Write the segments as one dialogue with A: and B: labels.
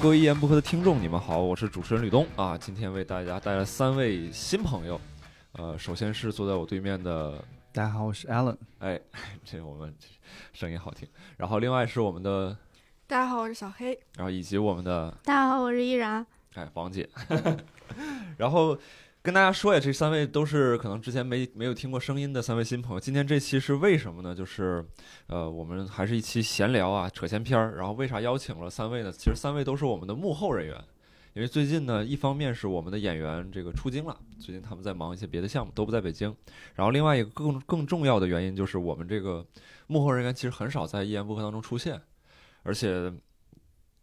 A: 各位一言不合的听众，你们好，我是主持人吕东啊，今天为大家带来三位新朋友，呃，首先是坐在我对面的，
B: 大家好，我是 Alan。
A: 哎， 这我们声音好听，然后另外是我们的，
C: 大家好，我是小黑。
A: 然后以及我们的，
D: 大家好，我是依然。
A: 哎，王姐， 然后跟大家说呀，这三位都是可能之前没没有听过声音的三位新朋友。今天这期是为什么呢？就是呃，我们还是一期闲聊啊，扯闲篇儿。然后为啥邀请了三位呢？其实三位都是我们的幕后人员，因为最近呢，一方面是我们的演员这个出京了，最近他们在忙一些别的项目，都不在北京。然后另外一个更更重要的原因就是我们这个幕后人员其实很少在一言不合当中出现，而且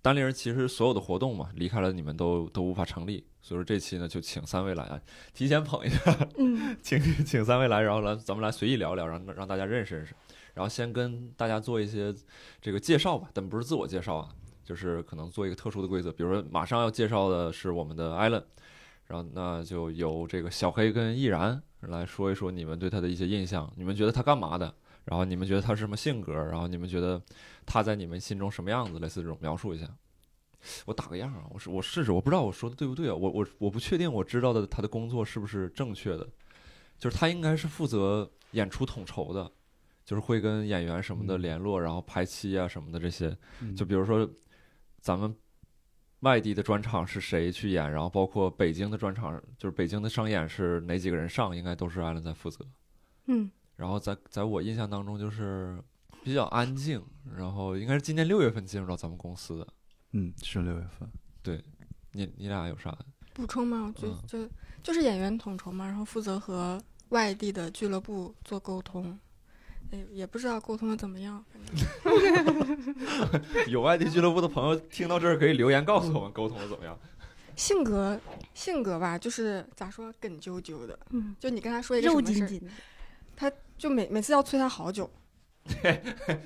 A: 单立人其实所有的活动嘛，离开了你们都都无法成立，所以说这期呢就请三位来啊，提前捧一下，
C: 嗯，
A: 请请三位来，然后来咱们来随意聊聊，让让大家认识认识，然后先跟大家做一些这个介绍吧，但不是自我介绍啊，就是可能做一个特殊的规则，比如说马上要介绍的是我们的艾伦，然后那就由这个小黑跟易然来说一说你们对他的一些印象，你们觉得他干嘛的？然后你们觉得他是什么性格？然后你们觉得他在你们心中什么样子？类似这种描述一下。我打个样啊，我是我试试，我不知道我说的对不对啊，我我我不确定我知道的他的工作是不是正确的，就是他应该是负责演出统筹的，就是会跟演员什么的
B: 嗯
A: 联络，然后排期啊什么的这些。
B: 嗯
A: 就比如说咱们外地的专场是谁去演，然后包括北京的专场，就是北京的商演是哪几个人上，应该都是艾伦在负责。
D: 嗯，
A: 然后在在我印象当中就是比较安静，然后应该是今年六月份进入到咱们公司的。
B: 嗯，是六月份。
A: 你你俩有啥？
C: 补充嘛，我觉
A: 嗯
C: 就就是演员统筹嘛，然后负责和外地的俱乐部做沟通，哎，也不知道沟通的怎么样，反正
A: 有外地俱乐部的朋友听到这儿可以留言告诉我们沟通的怎么样。
C: 性格性格吧，就是咋说梗啾啾的，
D: 嗯，
C: 就你跟他说一个什
D: 肉
C: 么事
D: 紧
C: 儿，
D: 紧的。
C: 就每每次要催他好 久，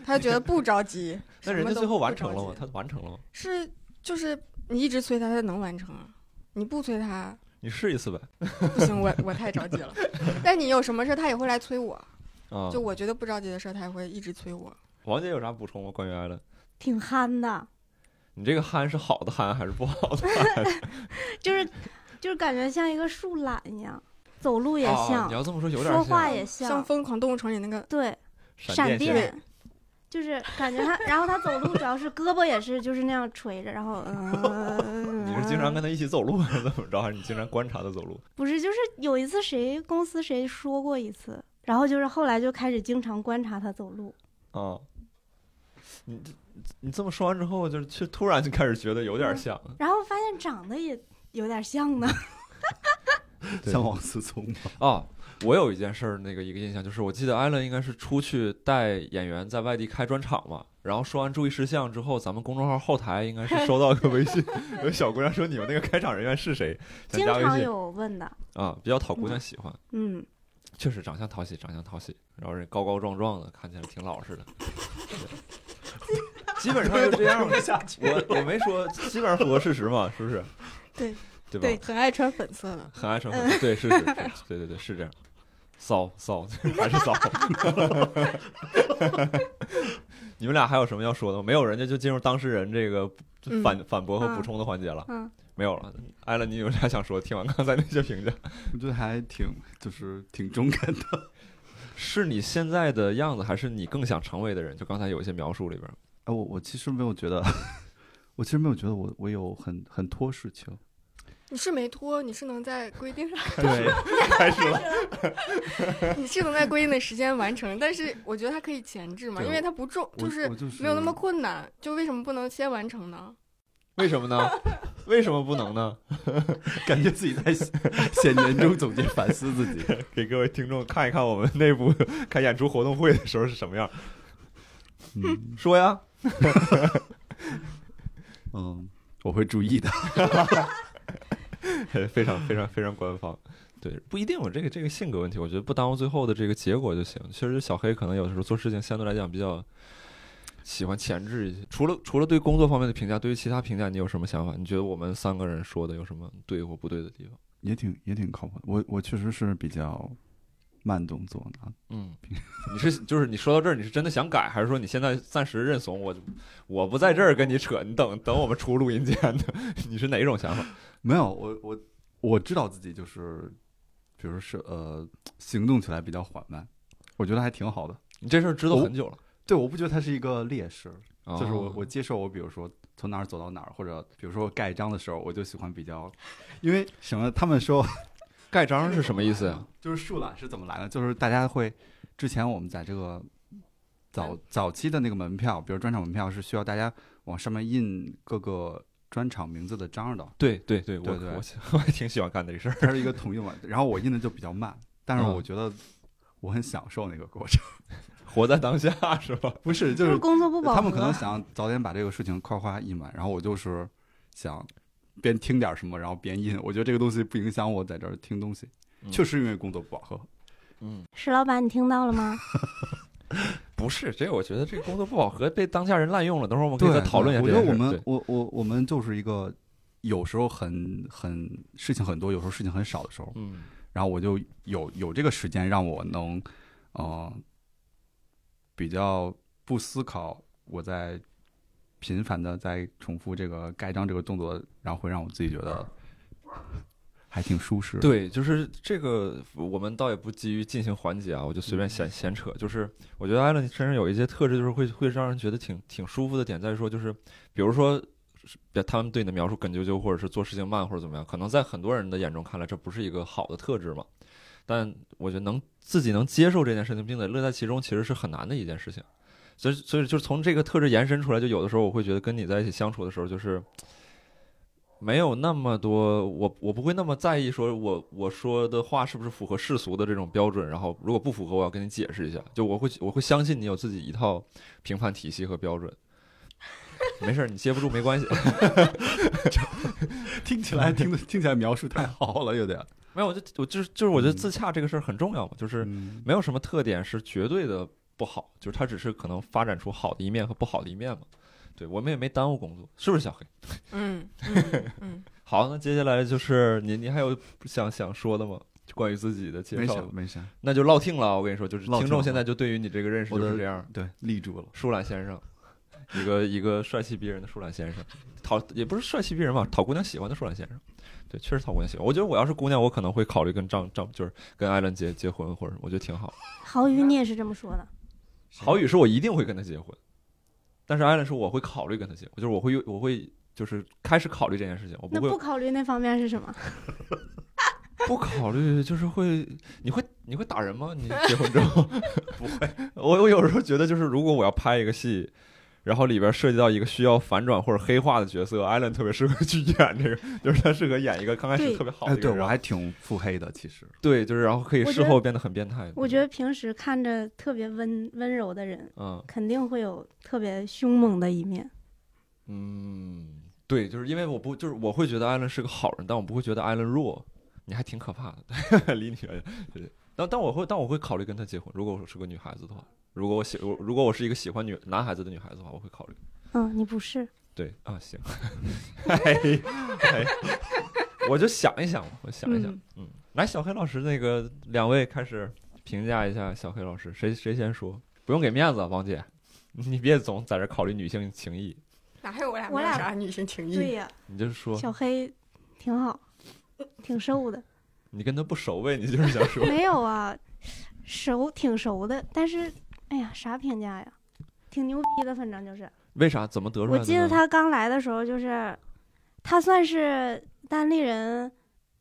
C: 他就觉得不着急，
A: 那
C: 什
A: 人
C: 么
A: 家
C: 都
A: 最后
C: 不
A: 完
C: 着
A: 成了吗？
C: 急
A: 他完成了吗？
C: 是就是你一直催他，他能完成啊。你不催他
A: 你试一次呗。
C: 不行，我我太着急了。 但你有什么事儿，他也会来催我。
B: 嗯
A: 啊，
C: 就我觉得不着急的事儿，他也会一直催我。
A: 王姐有啥补充吗？关于艾伦，
D: 挺憨的，
A: 你这个憨是好的憨还是不好的憨？
D: 就是就是感觉像一个树懒一样，走路也
A: 啊
D: 像，
A: 你要这么说有点
D: 说
A: 像。
D: 话也
C: 像《疯狂动物城》里那个，
D: 对，
A: 闪
D: 闪
A: 电侠。
D: 电。就是感觉他，然后他走路主要是胳膊也是就是那样垂着，然后
C: 呃
D: 嗯，
A: 你是经常跟他一起走路还是怎么着？还是你经常观察他走路？
D: 不是就是有一次谁公司谁说过一次，然后就是后来就开始经常观察他走路，
A: 啊，你这你这么说完之后，就是却突然就开始觉得有点像，
D: 然后发现长得也有点像呢，
A: 对
B: 像王思聪吗？
D: 哦
A: 啊，我有一件事儿，那个一个印象就是，我记得艾伦应该是出去带演员在外地开专场嘛，然后说完注意事项之后，咱们公众号后台应该 是收到一个微信，有小姑娘说你们那个开场人员是谁，想
D: 经
A: 加
D: 常
A: 微信
D: 有问的，
A: 啊，比较讨姑娘喜欢，
D: 嗯，
A: 确实长相讨喜，长相讨喜，然后人高高壮壮的，看起来挺老实的， 对 基本上就这样了。
B: 下去
A: 我我没说，基本上符合事实嘛，是不是？
C: 对
A: 对吧？
C: 对，很爱穿粉色的。
A: 很爱穿粉色，对，是是是，对对对，是这样，骚骚 还是骚。你们俩还有什么要说的吗？没有，人家就进入当事人这个
C: 嗯
A: 反、反驳和
D: 嗯
A: 补充的环节了。
D: 嗯
A: 没有了。艾伦，你有啥想说？听完刚才那些评价，
B: 我觉得还挺，就是挺中肯的。
A: 是你现在的样子，还是你更想成为的人？就刚才有一些描述里边，
B: 哎，我我其实没有觉得， 我其实没有觉得我我有很很拖事情。
C: 你是没脱，你是能在规定 上，
B: 对，
A: 开始了。
C: 你是能在规定的时间完成。但是我觉得它可以前置嘛，
B: 对
C: 因为它不重，
B: 我
C: 就是
B: 我就是
C: 没有那么困难。就为什么不能先完成呢？
A: 为什么呢？为什么不能呢？
B: 感觉自己在写年终总结，反思自己。
A: 给各位听众看一看我们内部 开演出活动会的时候是什么样。
B: 嗯
A: 说呀，
B: 嗯，我会注意的。
A: 非常非常非常官方。对，不一定，我这个这个性格问题，我觉得不耽误最后的这个结果就行。其实小黑可能有的时候做事情相对来讲比较喜欢前置一些。除了除了对工作方面的评价，对于其他评价你有什么想法？你觉得我们三个人说的有什么对或不对的地方？
B: 也挺也挺靠谱的。我我确实是比较慢动作呢？
A: 嗯，你是就是你说到这儿，你是真的想改，还是说你现在暂时认怂？我就我不在这儿跟你扯，你等等我们出录音间的， 你是哪种想法？
B: 没有，我我我知道自己就是，比如说是呃，行动起来比较缓慢，我觉得还挺好的。
A: 你这事儿知道很久了，
B: 对，我不觉得它是一个劣势，
A: 哦
B: 就是我我接受我，比如说从哪儿走到哪儿，或者比如说我盖章的时候，我就喜欢比较，因为什么？他们说
A: 盖章是什么意思呀？
B: 就是树懒是怎么来的？就是大家会，之前我们在这个早早期的那个门票，比如专场门票是需要大家往上面印各个专场名字的章的，
A: 对对对，我
B: 对对
A: 我 我还挺喜欢干这事儿。
B: 它是一个统一的嘛。然后我印的就比较慢，但是
A: 嗯
B: 我觉得我很享受那个过程。
A: 活在当下是吧？
B: 不是，就
D: 就是
B: 是
D: 工作不饱和。啊
B: 他们可能想早点把这个事情夸夸印完，然后我就是想边听点什么，然后边印。我觉得这个东西不影响我在这儿听东西，
A: 嗯
B: 确实因为工作不饱和。
A: 嗯，
D: 石老板，你听到了吗？
A: 不是，这个我觉得这个工作不饱和，被当下人滥用了。等会儿我们可
B: 对，
A: 以再讨论一下
B: 我
A: 这
B: 觉
A: 件
B: 得
A: 事。
B: 我们
A: 对，
B: 我我我们就是一个有时候很很事情很多，有时候事情很少的时候，
A: 嗯
B: 然后我就有有这个时间让我能，呃，比较不思考我在频繁的在重复这个盖章这个动作，然后会让我自己觉 得还挺舒适。，
A: 对，就是这个，我们倒也不急于进行环节啊，我就随便闲闲扯。就是我觉得艾伦身上有一些特质，就是会会让人觉得挺挺舒服的点在于说，就是比如说。是他们对你的描述哏啾啾，或者是做事情慢，或者怎么样，可能在很多人的眼中看来，这不是一个好的特质嘛。但我觉得能自己能接受这件事情，并且乐在其中，其实是很难的一件事情。所以，所以就是从这个特质延伸出来，就有的时候我会觉得跟你在一起相处的时候，就是没有那么多，我我不会那么在意说我我说的话是不是符合世俗的这种标准，然后如果不符合，我要跟你解释一下，就我会我会相信你有自己一套评判体系和标准。 没事儿，你接不住没关系。
B: 听起来 听得听起来描述太好了，有点。
A: 没有，我就我就是就是我觉得自洽这个事儿很重要嘛，就是
B: 嗯，
A: 没有什么特点是绝对的不好，就是它只是可能发展出好的一面和不好的一面嘛。对我们也没耽误工作，是不是小黑？
C: 嗯 嗯嗯，
A: 好，那接下来就是您，您还有想想说的吗？关于自己的介
B: 没
A: 绍
B: 事，没事，
A: 那就落听了啊。我跟你说，就是
B: 落听
A: 听众
B: 了
A: 现在就对于你这个认识
B: 我
A: 就
B: 的
A: 是这样。
B: 对，立住了。
A: 舒懒先生，一个一个帅气逼人的舒懒先生，讨也不是帅气逼人吧，讨姑娘喜欢的舒懒先生。对，确实讨姑娘喜欢。我觉得我要是姑娘，我可能会考虑跟丈丈就是跟艾伦结结婚，或者我觉得挺好。
D: 郝宇，你也是这么说的。
A: 郝宇说我一定会跟他结婚，但是艾伦说我会考虑跟他结婚，就是我会我会就是开始考虑这件事情，我
D: 那
A: 不会
D: 不考虑那方面 是什么？
A: 不考虑，就是会，你会你会打人吗？你结婚之 后不会。我我有时候觉得，就是如果我要拍一个戏，然后里边涉及到一个需要反转或者黑化的角色，艾伦特别适合去演这个， 就是他适合演一个刚开始
D: 对
A: 特别好的
B: 哎，
A: 一个
B: 对
A: 人，
B: 我还挺腹黑的，其实。
A: 对，就是然后可以
D: 我觉
A: 事
D: 得
A: 后变得很变态。
D: 我觉得平时看着特别温温柔的人，
A: 嗯
D: 肯定会有特别凶猛的一面。
A: 嗯，对，就是因为我不就是我会觉得艾伦是个好人，但我不会觉得艾伦弱，你还挺可怕的， 离你远点。对，但但我会但我会考虑跟他结婚，如果我是个女孩子的话。如果我喜我如果我是一个喜欢女男孩子的女孩子的话，我会考虑。
D: 嗯，你不是，
A: 对啊，行， 哎哎，我就想一想嘛，我想一想，嗯
D: 嗯
A: 来，小黑老师，那个两位开始评价一下小黑老师，谁谁先说？不用给面子啊，王姐，你别总在这考虑女性情谊，
C: 哪还有我俩
D: 我
C: 没有
D: 俩
C: 啥女性情
D: 对
C: 谊？
D: 呀，
A: 你就说
D: 小黑 挺好，挺瘦的。
A: 你跟他不熟呗，你就是想 说，
D: 没有啊，熟挺熟的，但是哎呀，啥评价呀？挺牛逼的，反正就是。
A: 为啥？怎么得出来
D: 我
A: 的呢？
D: 记得他刚来的时候，就是他算是单立人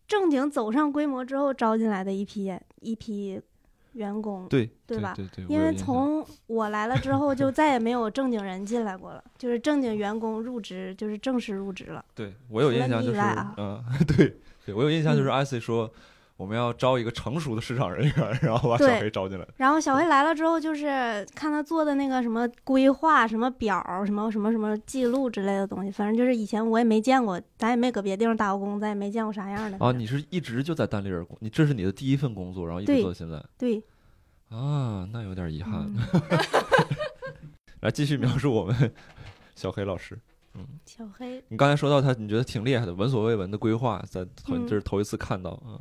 D: 正经走上规模之后招进来的一批演一批员工，
A: 对
D: 对吧
A: 对对，我
D: 因
A: 有
D: 为
A: 印象
D: 从我来了之后，就再也没有正经人进来过了，就是正经员工入职，就是正式入职了。
A: 对我有
D: 除
A: 印
D: 了
A: 象
D: 你
A: 就是，
D: 以外啊
A: 嗯， 对对，我有印象就是
D: 嗯
A: 艾 C 说。我们要招一个成熟的市场人员，然后把小
D: 对
A: 黑招进来。
D: 然后小黑来了之后，就是看他做的那个什么规划、什么表、什么什么什么记录之类的东西，反正就是以前我也没见过，咱也没搁别地方打过工，咱也没见过啥样的
A: 啊，你是一直就在单立人工，你这是你的第一份工作，然后一直
D: 对
A: 做到现在
D: 对，
A: 啊，那有点遗憾。
D: 嗯，
A: 来继续描述我们 小黑老师，
D: 小黑
A: 你刚才说到他，你觉得挺厉害的，闻所未闻的规划，在头
D: 嗯
A: 这是头一次看到啊，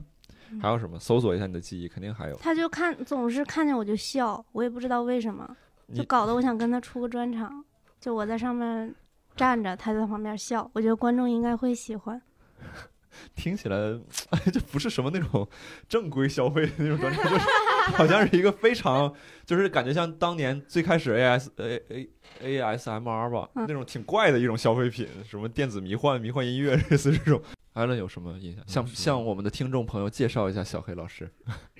A: 还有什么？搜索一下你的记忆，肯定还有。
D: 他就看总是看见我就笑，我也不知道为什么，
A: 你
D: 就搞得我想跟他出个专场，就我在上面站着，他在旁边笑，我觉得观众应该会喜欢。
A: 听起来 这不是什么那种正规消费的那种专场，就是 好像是一个非常，就是感觉像当年最开始 A S A A A S M R 吧，
D: 嗯
A: 那种挺怪的一种消费品，什么电子迷幻、迷幻音乐类似这种。艾伦有什么印象？向
B: 是
A: 向我们的听众朋友介绍一下小黑老师。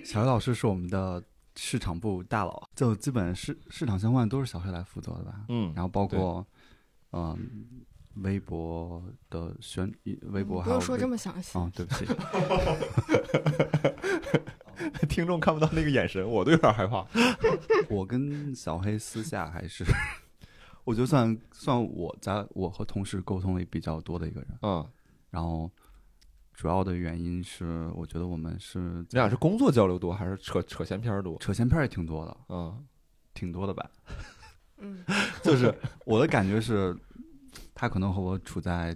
B: 小黑老师是我们的市场部大佬，就基本市市场相关都是小黑来负责的吧。
A: 嗯
B: 然后包括嗯、微博的宣，微博
C: 嗯不
B: 还有
C: 用说
B: 微
C: 这么详细。
B: 哦，对不起，
A: 听众看不到那个眼神，我都有点害怕。
B: 我跟小黑私下还是，我觉得算算我在我和同事沟通里比较多的一个人。
A: 嗯，
B: 然后主要的原因是，我觉得我们是
A: 你俩是工作交流多还是扯扯闲篇儿多？
B: 扯闲篇儿也挺多的，
A: 嗯，
B: 挺多的吧。
C: 嗯，
B: 就是我的感觉是，他可能和我处在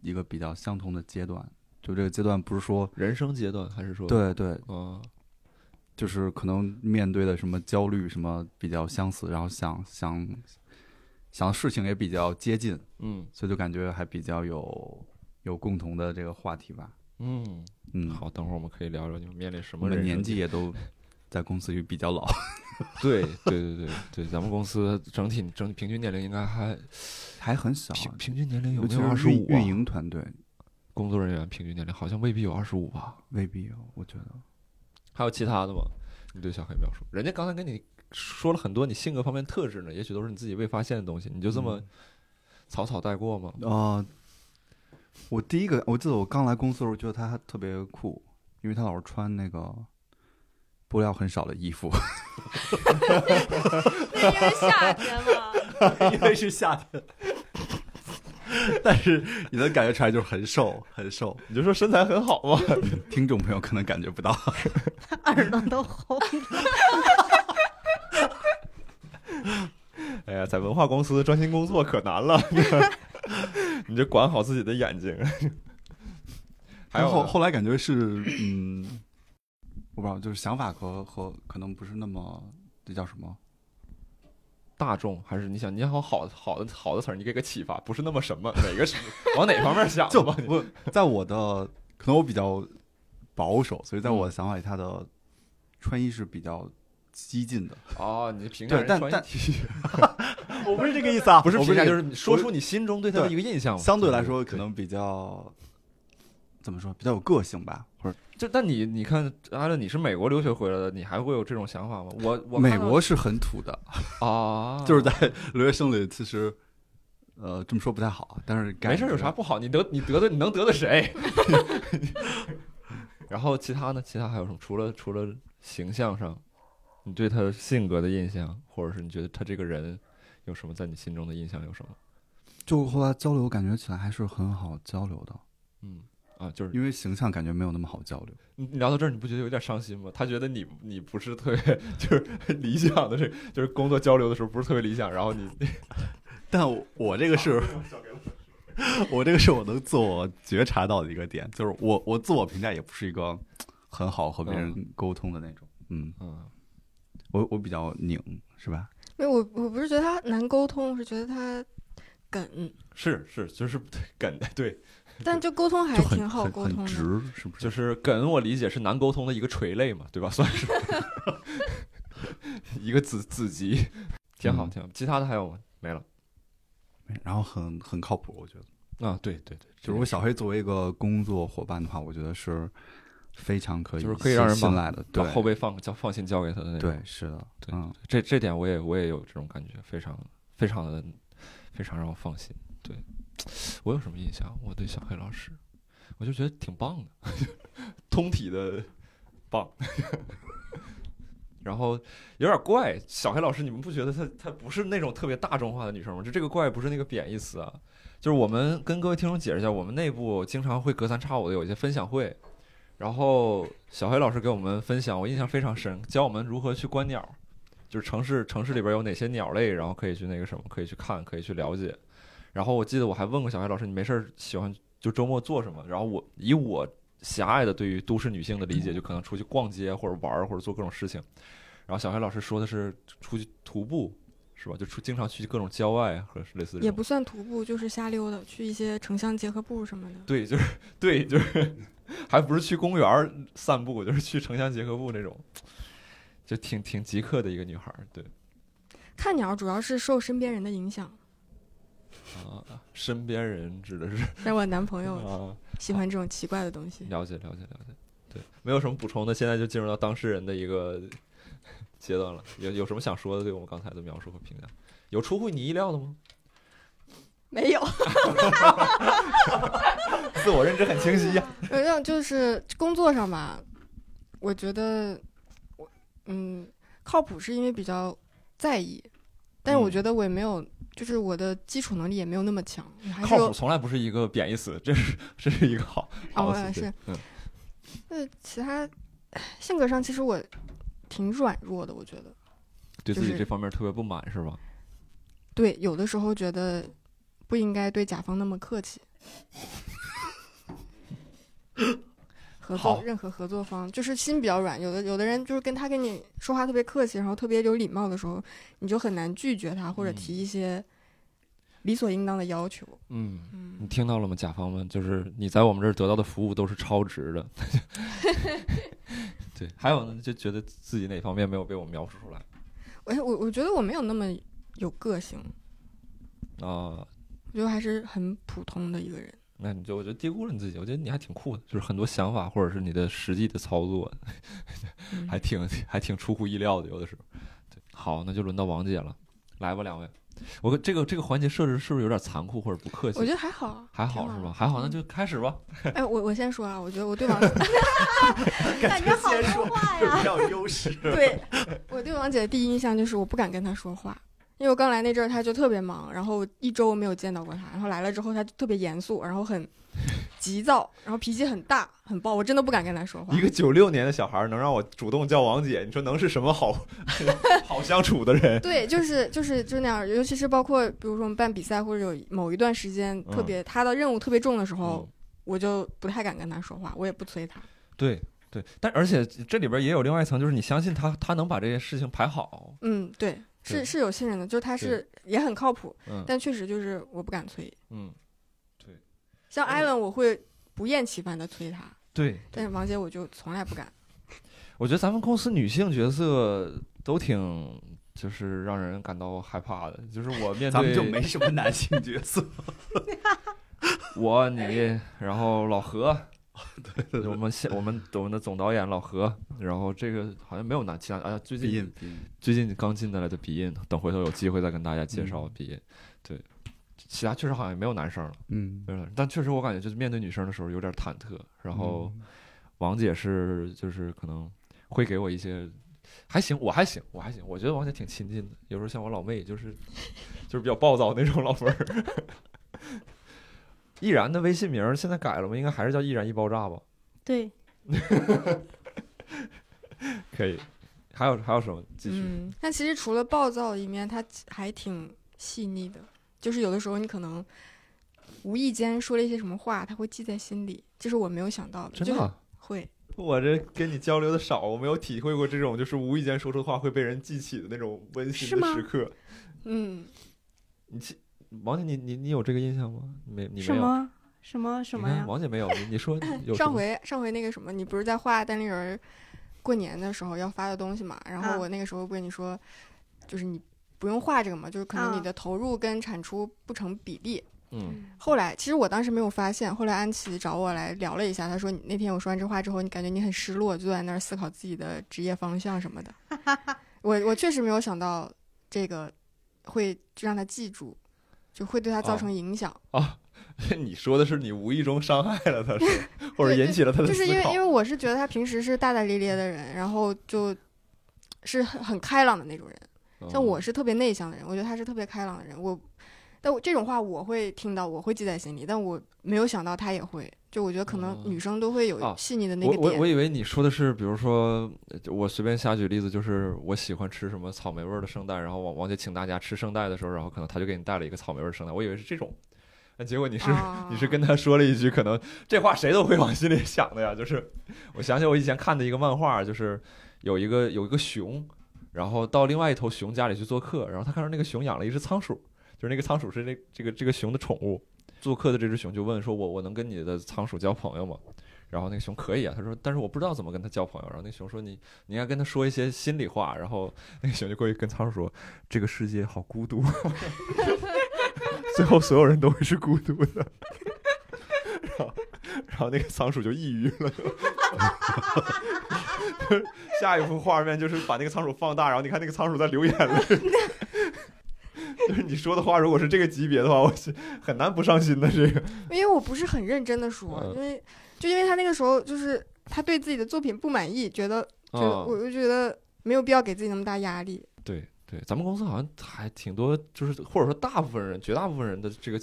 B: 一个比较相同的阶段。就这个阶段，不是说
A: 人生阶段还是说？，
B: 对对，
A: 嗯，
B: 就是可能面对的什么焦虑什么比较相似，然后想想想的事情也比较接近，
A: 嗯
B: 所以就感觉还比较有有共同的这个话题吧。
A: 嗯，
B: 嗯，，
A: 好，等会儿我们可以聊聊你们面临什
B: 我
A: 么
B: 们
A: 人生
B: 年纪
A: 阶
B: 也都在公司里比 较老，
A: 对对对对对，咱们公司整体整体平均年龄应该还
B: 还很小，啊
A: 平平均年龄有没
B: 尤其
A: 有
B: 是
A: 二十
B: 运
A: 五啊
B: 运营团队
A: 工作人员平均年龄好像未必有二十五吧？
B: 未必有，我觉得。
A: 还有其他的吗？你对小黑描述，人家刚才跟你说了很多你性格方面特质呢，也许都是你自己未发现的东西，你就这么草草带过吗？
B: 啊，我第一个，我记得我刚来公司的时候，觉得他特别酷，因为他老是穿那个布料很少的衣服，
D: 因为夏天嘛，
B: 因为是夏天。但是你能感觉出来，就是很瘦，很瘦。
A: 你就说身材很好嘛，
B: 听众朋友可能感觉不到，
D: 耳朵都红。
A: 哎呀，在文化公司专心工作可难了， 你就管好自己的眼睛。 还有
B: 后
A: 呢
B: 后来感觉是，嗯，我不知道，就是想法和和可能不是那么，这叫什么？
A: 大众还是你想你想好好的好的好的词儿，你给个启发，不是那么什么哪个是往哪方面想
B: 就
A: 吧？你
B: 我在我的可能我比较保守，所以在我
A: 嗯
B: 的想法里，他的穿衣是比较激进的。
A: 哦，你评价
B: 对但
A: 人穿
B: 但
A: 衣
B: 我不是这个意思啊，
A: 不是
B: 我
A: 评价，
B: 这
A: 就
B: 个
A: 是说出你心中对他的一个印象嘛。
B: 相对来说可能比较怎么说，比较有个性吧，或者
A: 就但你你看，阿乐，你是美国留学回来的，你还会有这种想法吗？我我
B: 美
A: 看到
B: 国是很土的，
A: 啊，
B: 就是在留学生里，其实呃这么说不太好，但是感
A: 没事儿，有
B: 觉
A: 啥不好？你得你得罪你能得罪谁？ 然后其他呢？其他还有什么？除了除了形象上，你对他性格的印象，或者是你觉得他这个人有什么在你心中的印象有什么？
B: 就后来交流感觉起来还是很好交流的，
A: 嗯啊，就是
B: 因为形象感觉没有那么好交流。
A: 你你聊到这儿，你不觉得有点伤心吗？他觉得你你不是特别就是理想的这，就是工作交流的时候不是特别理想，然后 你
B: 但我我这个
A: 啊
B: 是，我这个是我能自我觉察到的一个点，就是我我自我评价也不是一个很好和别人沟通的那种。嗯，
A: 嗯
B: 我我比较拧，是吧？
C: 没有，我我不是觉得他难沟通，我是觉得他梗，
A: 是是就是梗对，
C: 但就沟通还
B: 就很
C: 挺好
B: 很
C: 沟通
B: 很
C: 的。
B: 直，是不是？
A: 就是梗我理解是难沟通的一个垂类嘛，对吧？算 是一个子子集，挺好
B: 嗯
A: 挺好。其他的还有吗？没了
B: 然后很很靠谱，我觉得。
A: 啊？对对对，
B: 就是我小黑作为一个工作伙伴的话，我觉得是非常可以
A: 就是可以让人把
B: 信赖的，
A: 把
B: 对
A: 后背放交放心交给他的那种。
B: 对是的，
A: 对
B: 嗯，
A: 这这点我也我也有这种感觉，非常非常的非常让我放心。对我有什么印象？我对小黑老师，我就觉得挺棒的， 通体的棒。 然后有点怪，小黑老师，你们不觉得她她不是那种特别大众化的女生吗？就这个怪不是那个贬义词啊，就是我们跟各位听众解释一下，我们内部经常会隔三差五的有一些分享会，然后小黑老师给我们分享，我印象非常深，教我们如何去观鸟，就是城市城市里边有哪些鸟类，然后可以去那个什么，可以去看，可以去了解。然后我记得我还问过小黑老师，你没事儿喜欢就周末做什么？然后我以我狭隘的对于都市女性的理解，就可能出去逛街或者玩儿或者做各种事情。然后小黑老师说的是出去徒步，是吧？就出经常去各种郊外和类似这种
C: 也不算徒步，就是瞎溜达，去一些城乡结合部什么的。
A: 对，就是对，就是还不是去公园儿散步，就是去城乡结合部那种，就挺挺极客的一个女孩儿。对
C: 看鸟主要是受身边人的 影响，
A: 啊，身边人指的是
C: 但我男朋友
A: 啊，
C: 喜欢这种奇怪的东西。
A: 了解了解了解。对，没有什么补充的，现在就进入到当事人的一个阶段了。有有什么想说的？对我们刚才的描述和评价，有出乎你意料的吗？
D: 没有，
A: 自我认知很清晰呀、
C: 有一种就是工作上吧，我觉得我嗯靠谱是因为比较在意，但是我
A: 嗯
C: 觉得我也没有，就是我的基础能力也没有那么强，我还是
A: 靠
C: 有
A: 谱从来不是一个贬义词，这是这是一个好好
C: 哦
A: 词。对
C: 是，
A: 嗯
C: 那呃其他性格上其实我挺软弱的，我觉得
A: 对
C: 就
A: 自己
C: 是
A: 这方面特别不满是吧？
C: 对，有的时候觉得不应该对甲方那么客气。合
A: 好
C: 作任何合作方就是心比较软，有的有的人就是跟他跟你说话特别客气，然后特别有礼貌的时候，你就很难拒绝他或者
A: 嗯
C: 提一些理所应当的要求。
A: 嗯。你
C: 嗯，
A: 听到了吗，甲方们？就是你在我们这儿得到的服务都是超值的。 对，还有呢，就觉得自己哪方面没有被我描述出来
C: 哎，我我觉得我没有那么有个性，
A: 啊、
C: 我觉得还是很普通的一个人。
A: 那你就我觉得低估了你自己。我觉得你还挺酷的，就是很多想法或者是你的实际的操作，
C: 嗯
A: 还挺还挺出乎意料的，有的时候。对，好，那就轮到王姐了，来吧，两位。我这个这个环节设置是不是有点残酷或者不客
C: 我
A: 气
C: 觉？得还好啊，
A: 还
C: 挺
A: 好是
C: 的
A: 吧？还好，那就开始吧。
C: 哎，我我先说啊，我觉得我对王，
D: 感觉好多话呀。
B: 要有优 势。
C: 对我对王姐的第一印象就是我不敢跟她说话，因为我刚来那阵儿她就特别忙，然后一周没有见到过她，然后来了之后她就特别严肃，然后很急躁，然后脾气很大很暴，我真的不敢跟她说话
A: 一。个九六年的小孩儿能让我主动叫王姐，你说能是什么好 好相处的人？
C: 对，就是就是就是那样，尤其是包括比如说我们办比赛或者有某一段时间特别、她的任务特别重的时候，
A: 嗯
C: 我就不太敢跟她说话，我也不催她。
A: 对对，但而且这里边也有另外一层，就是你相信他，他能把这些事情排好。
C: 嗯，对，
A: 对
C: 是是有信任的，就是她是也很靠谱，
A: 嗯
C: 但确实就是我不敢催。
A: 嗯，
C: 像艾伦，我会不厌其烦的催他，
A: 对，
C: 但是王姐我就从来不敢。
A: 我觉得咱们公司女性角色都挺就是让人感到害怕的，就是我面对
B: 咱们就没什么男性角 色，
A: 我你，然后老 何。我们现我们我们的总导演老何，然后这个好像没有拿其他啊，最近
B: 鼻音鼻音
A: 最近刚进的来的鼻音，等回头有机会再跟大家介绍鼻音。对，其他确实好像也没有男生了，
B: 嗯，
A: 没有男生但确实我感觉就是面对女生的时候有点忐忑。然后
B: 嗯
A: 王姐是就是可能会给我一些，还行，我还行，我还行，我觉得王姐挺亲近的。有时候像我老妹，就是 就是比较暴躁那种老妹儿。 易然的微信名儿现在改了吗？应该还是叫易然一爆炸吧？
D: 对，
A: 可以。还有还有什么？继续。
C: 嗯，但其实除了暴躁一面，他还挺细腻的，就是有的时候你可能无意间说了一些什么话，他会记在心里，这是我没有想到的，
A: 真
C: 就
A: 的
C: 是
A: 啊、
C: 会。
A: 我这跟你交流的少，我没有体会过这种就是无意间说出话会被人记起的那种温
D: 馨是的吗时
A: 刻。
C: 嗯，
A: 你记，王姐，你你你有这个印象吗？没，你没有。
D: 什么什么什么
A: 你
D: 呀
A: 看？王姐没有，你你说有什
C: 上
A: 么
C: 回上回那个什么，你不是在画单立人儿过年的时候要发的东西嘛？然
D: 啊
C: 后我那个时候不跟你说，就是你不用画这个嘛，就是可能
D: 啊
C: 你的投入跟产出不成比例。
A: 嗯
C: 后来，其实我当时没有发现，后来安琪找我来聊了一下，她说你那天我说完这话之后，你感觉你很失落，就在那儿思考自己的职业方向什么的。我我确实没有想到这个会让她记住，就会对她造成影响。
A: 啊？ 你说的是你无意中伤害了他是吧，或者
C: 对对
A: 引起了他的
C: 就
A: 思
C: 是因为
A: 考
C: 因为我是觉得她平时是大大咧咧的人，然后就是很很开朗的那种人。像我
A: 嗯
C: 是特别内向的人，我觉得她是特别开朗的人。我但我这种话我会听到，我会记在心里，但我没有想到她也会。就我觉得可能
A: 哦
C: 女生都会
A: 啊
C: 有细腻的那
A: 我
C: 个点。
A: 我我以为你说的是，比如说，呃我随便瞎举例子，就是我喜欢吃什么草莓味儿的圣代，然后王王姐请大家吃圣代的时候，然后可能她就给你带了一个草莓味儿圣代，我以为是这种，那结果你是
C: 啊
A: 你是跟他说了一句，可能这话谁都会往心里想的呀。就是我想起我以前看的一个漫画，就是有一个有一个熊，然后到另外一头熊家里去做客，然后他看到那个熊养了一只仓鼠，就是那个仓鼠是那这个这个熊的宠物。做客的这只熊就问说我：“我能跟你的仓鼠交朋友吗？”然后那个熊可以啊，他说：“但是我不知道怎么跟它交朋友。”然后那熊说：“你你应该跟它说一些心里话。”然后那个熊就过去跟仓鼠说：“这个世界好孤独。” 最后所有人都会是孤独的。然后，然后那个仓鼠就抑郁了。下一幅画面就是把那个仓鼠放大，然后你看那个仓鼠在流眼泪。就是你说的话，如果是这个级别的话，我是很难不上心的。这个
C: 因为我不是很认真的说，
A: 嗯
C: 因为就因为他那个时候就是他对自己的作品不满意，觉得觉
A: 哦
C: 得我 就觉得没有必要给自己那么大压力。
A: 嗯对对，咱们公司好像还挺多，就是或者说大部分人、绝大部分人的这个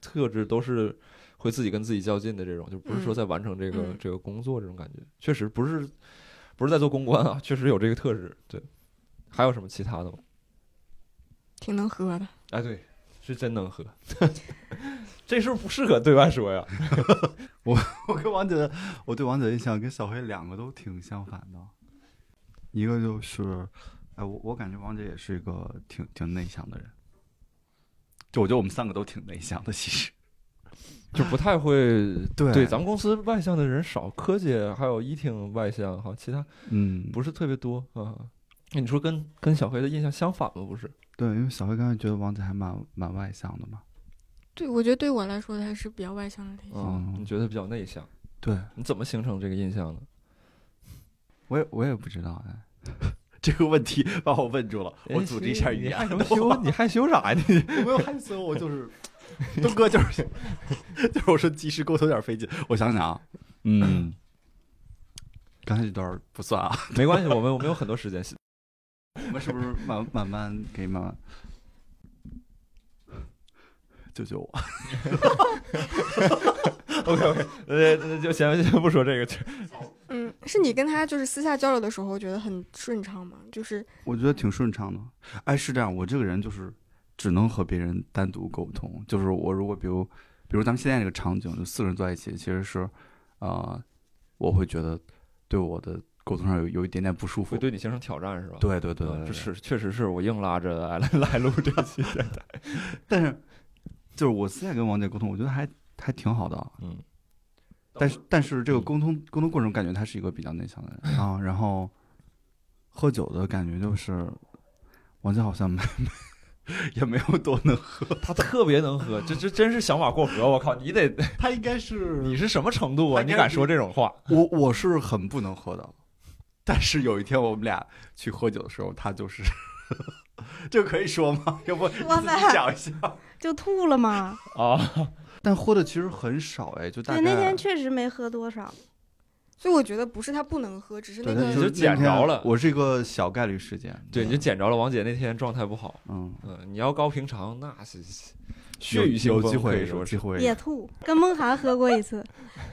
A: 特质都是会自己跟自己较劲的这种，就不是说
C: 嗯
A: 在完成这个、
C: 嗯
A: 这个工作这种感觉，确实不是不是在做公关啊，确实有这个特质。对，还有什么其他的吗？
C: 挺能喝的，
A: 哎，对，是真能喝， 这是不适合对外说呀。
B: 我跟王姐，我对王姐的印象跟小黑两个都挺相反的，一个就是，哎，我我感觉王姐也是一个挺挺内向的人，就我觉得我们三个都挺内向的，其实。
A: 就不太会
B: 对
A: 对，咱们公司外向的人少，柯姐还有依婷外向，好，其他
B: 嗯，
A: 不是特别多啊。那你说跟跟小黑的印象相反吗？不是，
B: 对，因为小黑刚才觉得王姐还蛮蛮外向的嘛。
C: 对我觉得对我来说还是比较外向的类型。
A: 嗯，你觉得比较内向，
B: 对，
A: 你怎么形成这个印象的？
B: 我也我也不知道哎， 这个问题把我问住了，我组织一下语
A: 哎你
B: 言
A: 害。 羞？你害羞啥呀？你
B: 我没有害羞，我就是东哥，就是 就是我说及时沟通有点费劲。我想想啊， 嗯，刚才这段儿不算啊，
A: 没关系，我们我们有很多 时间。
B: 我们是不是慢慢慢可以慢 慢救救我？
A: OK OK，呃，那就先先不说这个，就
C: 嗯，是你跟他就是私下交流的时候觉得很顺畅吗？就是
B: 我觉得挺顺畅的。哎，是这样，我这个人就是只能和别人单独沟通，就是我如果比如比如咱们现在这个场景，就四个人坐在一起，其实是呃，我会觉得对我的沟通上有有一点点不舒服
A: 会。对你形成挑战是吧？
B: 对对对
A: 嗯
B: 对，
A: 这是确实是我硬拉着来来录这期的。
B: 但是就是我私下跟王姐沟通，我觉得还还挺好的。
A: 嗯，
B: 但是但是这个
A: 嗯
B: 沟通沟通过程，感觉他是一个比较内向的 人啊。然后喝酒的感觉就是，王姐好像没也没 有多能，
A: 他特别能喝，这这真是想法过河。我靠，你得
B: 他应该是
A: 你是什么程度啊？
B: 他
A: 你
B: 该
A: 敢
B: 是
A: 说这种话？
B: 我我是很不能喝的，但是有一天我们俩去喝酒的时候，他就是 这个可以说 吗？要不你
D: 哇
B: 自
D: 塞
B: 己讲一下？
D: 就吐了嘛。
A: 啊，
B: 但喝的其实很少哎，就大
D: 对，
B: 概
D: 那天确实没喝多少，
C: 所以我觉得不是他不能喝，只是那
B: 对，但
A: 你
C: 个
A: 就捡
B: 那天
A: 着了
B: 我是一个小概率事件，
A: 对，你就捡着了。王姐那天状态不好，
B: 嗯，
A: 嗯，你要高平常那是
B: 有
A: 血雨腥
B: 有
A: 风，
B: 机
A: 可
B: 会，
A: 以
B: 有
A: 说
B: 机
A: 是。
B: 会。
D: 也吐。跟梦涵喝过一次，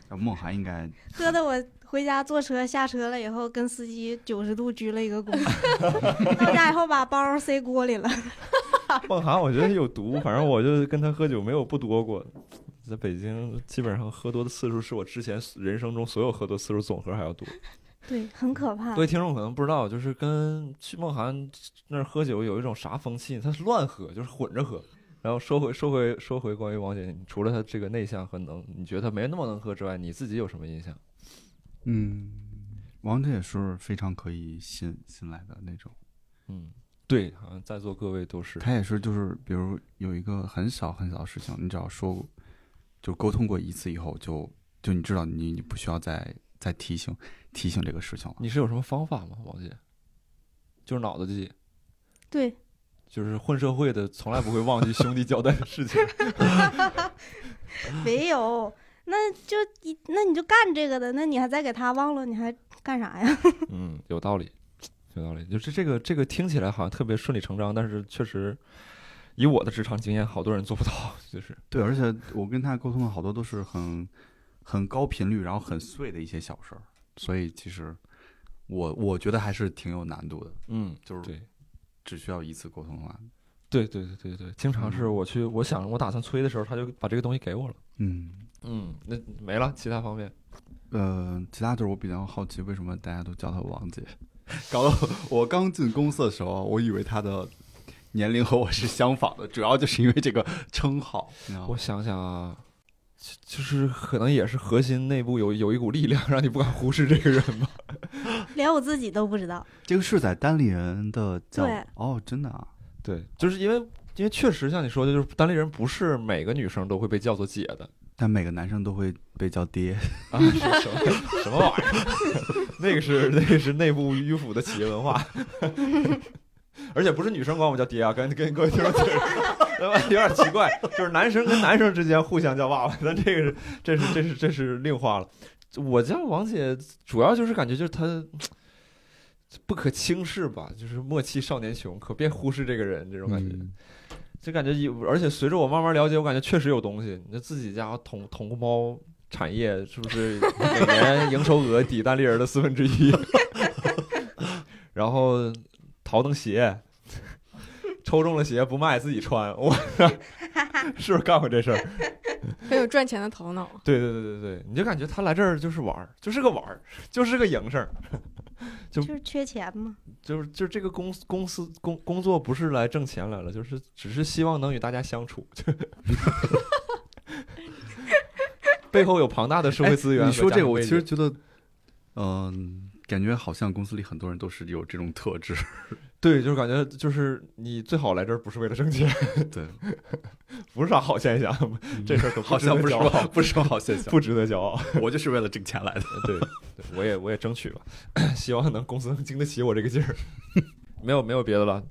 B: 梦涵应该
D: 喝的我回家坐车下车了以后，跟司机九十度鞠了一个躬。到家以后把包塞锅里了，
A: 梦涵，我觉得有毒，反正我就跟他喝酒没有不多过 的。在北京，基本上喝多的次数是我之前人生中所有喝多次数总和还要多。
D: 对，很可怕
A: 各。位听众可能不知道，就是跟去梦涵那儿喝酒有一种啥风气，他是乱喝，就是混着喝。然后说回说回说回关于王姐，你除了她这个内向和能，你觉得她没那么能喝之外，你自己有什么印象？
B: 嗯，王姐也是非常可以信信赖的那种。
A: 嗯，对，好像在座各位都是。
B: 他也是，就是比如有一个很小很小的事情，你只要说，就沟通过一次以后，就就你知道你你不需要再再提醒提醒这个事情了。
A: 你是有什么方法吗，王姐？就是脑子记，
D: 对，
A: 就是混社会的，从来不会忘记兄弟交代的事情。
D: 没有，那就一那你就干这个的，那你还再给他忘了，你还干啥呀？
A: 嗯，有道理，有道理。就是这个这个听起来好像特别顺理成章，但是确实，以我的职场经验，好多人做不到。就是
B: 对，而且我跟他沟通的好多都是很很高频率，然后很碎的一些小事儿，所以其实我我觉得还是挺有难度的，
A: 嗯，
B: 就是
A: 对，
B: 只需要一次沟通完。
A: 对对对对对，经常是我去，我想我打算催的时候，他就把这个东西给我了。
B: 嗯，
A: 嗯，那没了，其他方面
B: 呃，其他就是我比较好奇，为什么大家都叫她王姐？
A: 搞得
B: 我刚进公司的时候，我以为她的年龄和我是相仿的，主要就是因为这个称号。你知道吗
A: 我想想啊，就就是可能也是核心内部有有一股力量，让你不敢忽视这个人吧。
D: 连我自己都不知道。
B: 这个是在单立人的叫
D: 对
B: 哦，真的啊，
A: 对，就是因为因为确实像你说的，就是单立人不是每个女生都会被叫做姐的
B: 但每个男生都会被叫爹。
A: 啊，是什么什么玩意儿？ 那个是那个是内部迂腐的企业文化，而且不是女生管我们叫爹啊，跟跟各位听众解释。对 吧？有点奇怪，就是男生跟男生之间互相叫爸爸，但这个是这是这是这是另话了。我叫王姐，主要就是感觉就是她不可轻视吧，就是莫欺少年穷，可别忽视这个人这种感觉。
B: 嗯
A: 就感觉有，而且随着我慢慢了解，我感觉确实有东西。你这自己家统统包产业是不是每年营收额抵单立人的四分之一？ 然后淘灯鞋，抽中了鞋不卖自己穿，我是不是干过这事儿？
C: 很有赚钱的头脑。啊
A: 对对对对对，你就感觉他来这儿就是玩儿，就是个玩儿，就是个营生。就
D: 就是缺钱嘛，
A: 就是就是这个公司公司工工作不是来挣钱来了，就是只是希望能与大家相处。 背后有庞大的社会资源、
B: 哎你说这个，我其实觉得，嗯、感觉好像公司里很多人都是有这种特质。
A: 对，就是感觉就是你最好来这儿不是为了挣钱，
B: 对，
A: 不是啥好现象，这 事儿可
B: 好像不
A: 嗯不值得
B: 是什
A: 骄傲
B: 么不是什么好现象。
A: 不值得骄傲。
B: 我就是为了挣钱来的。
A: 对，对我也我也争取吧， 希望能公司能经得起我这个劲儿。 没有没有别的了，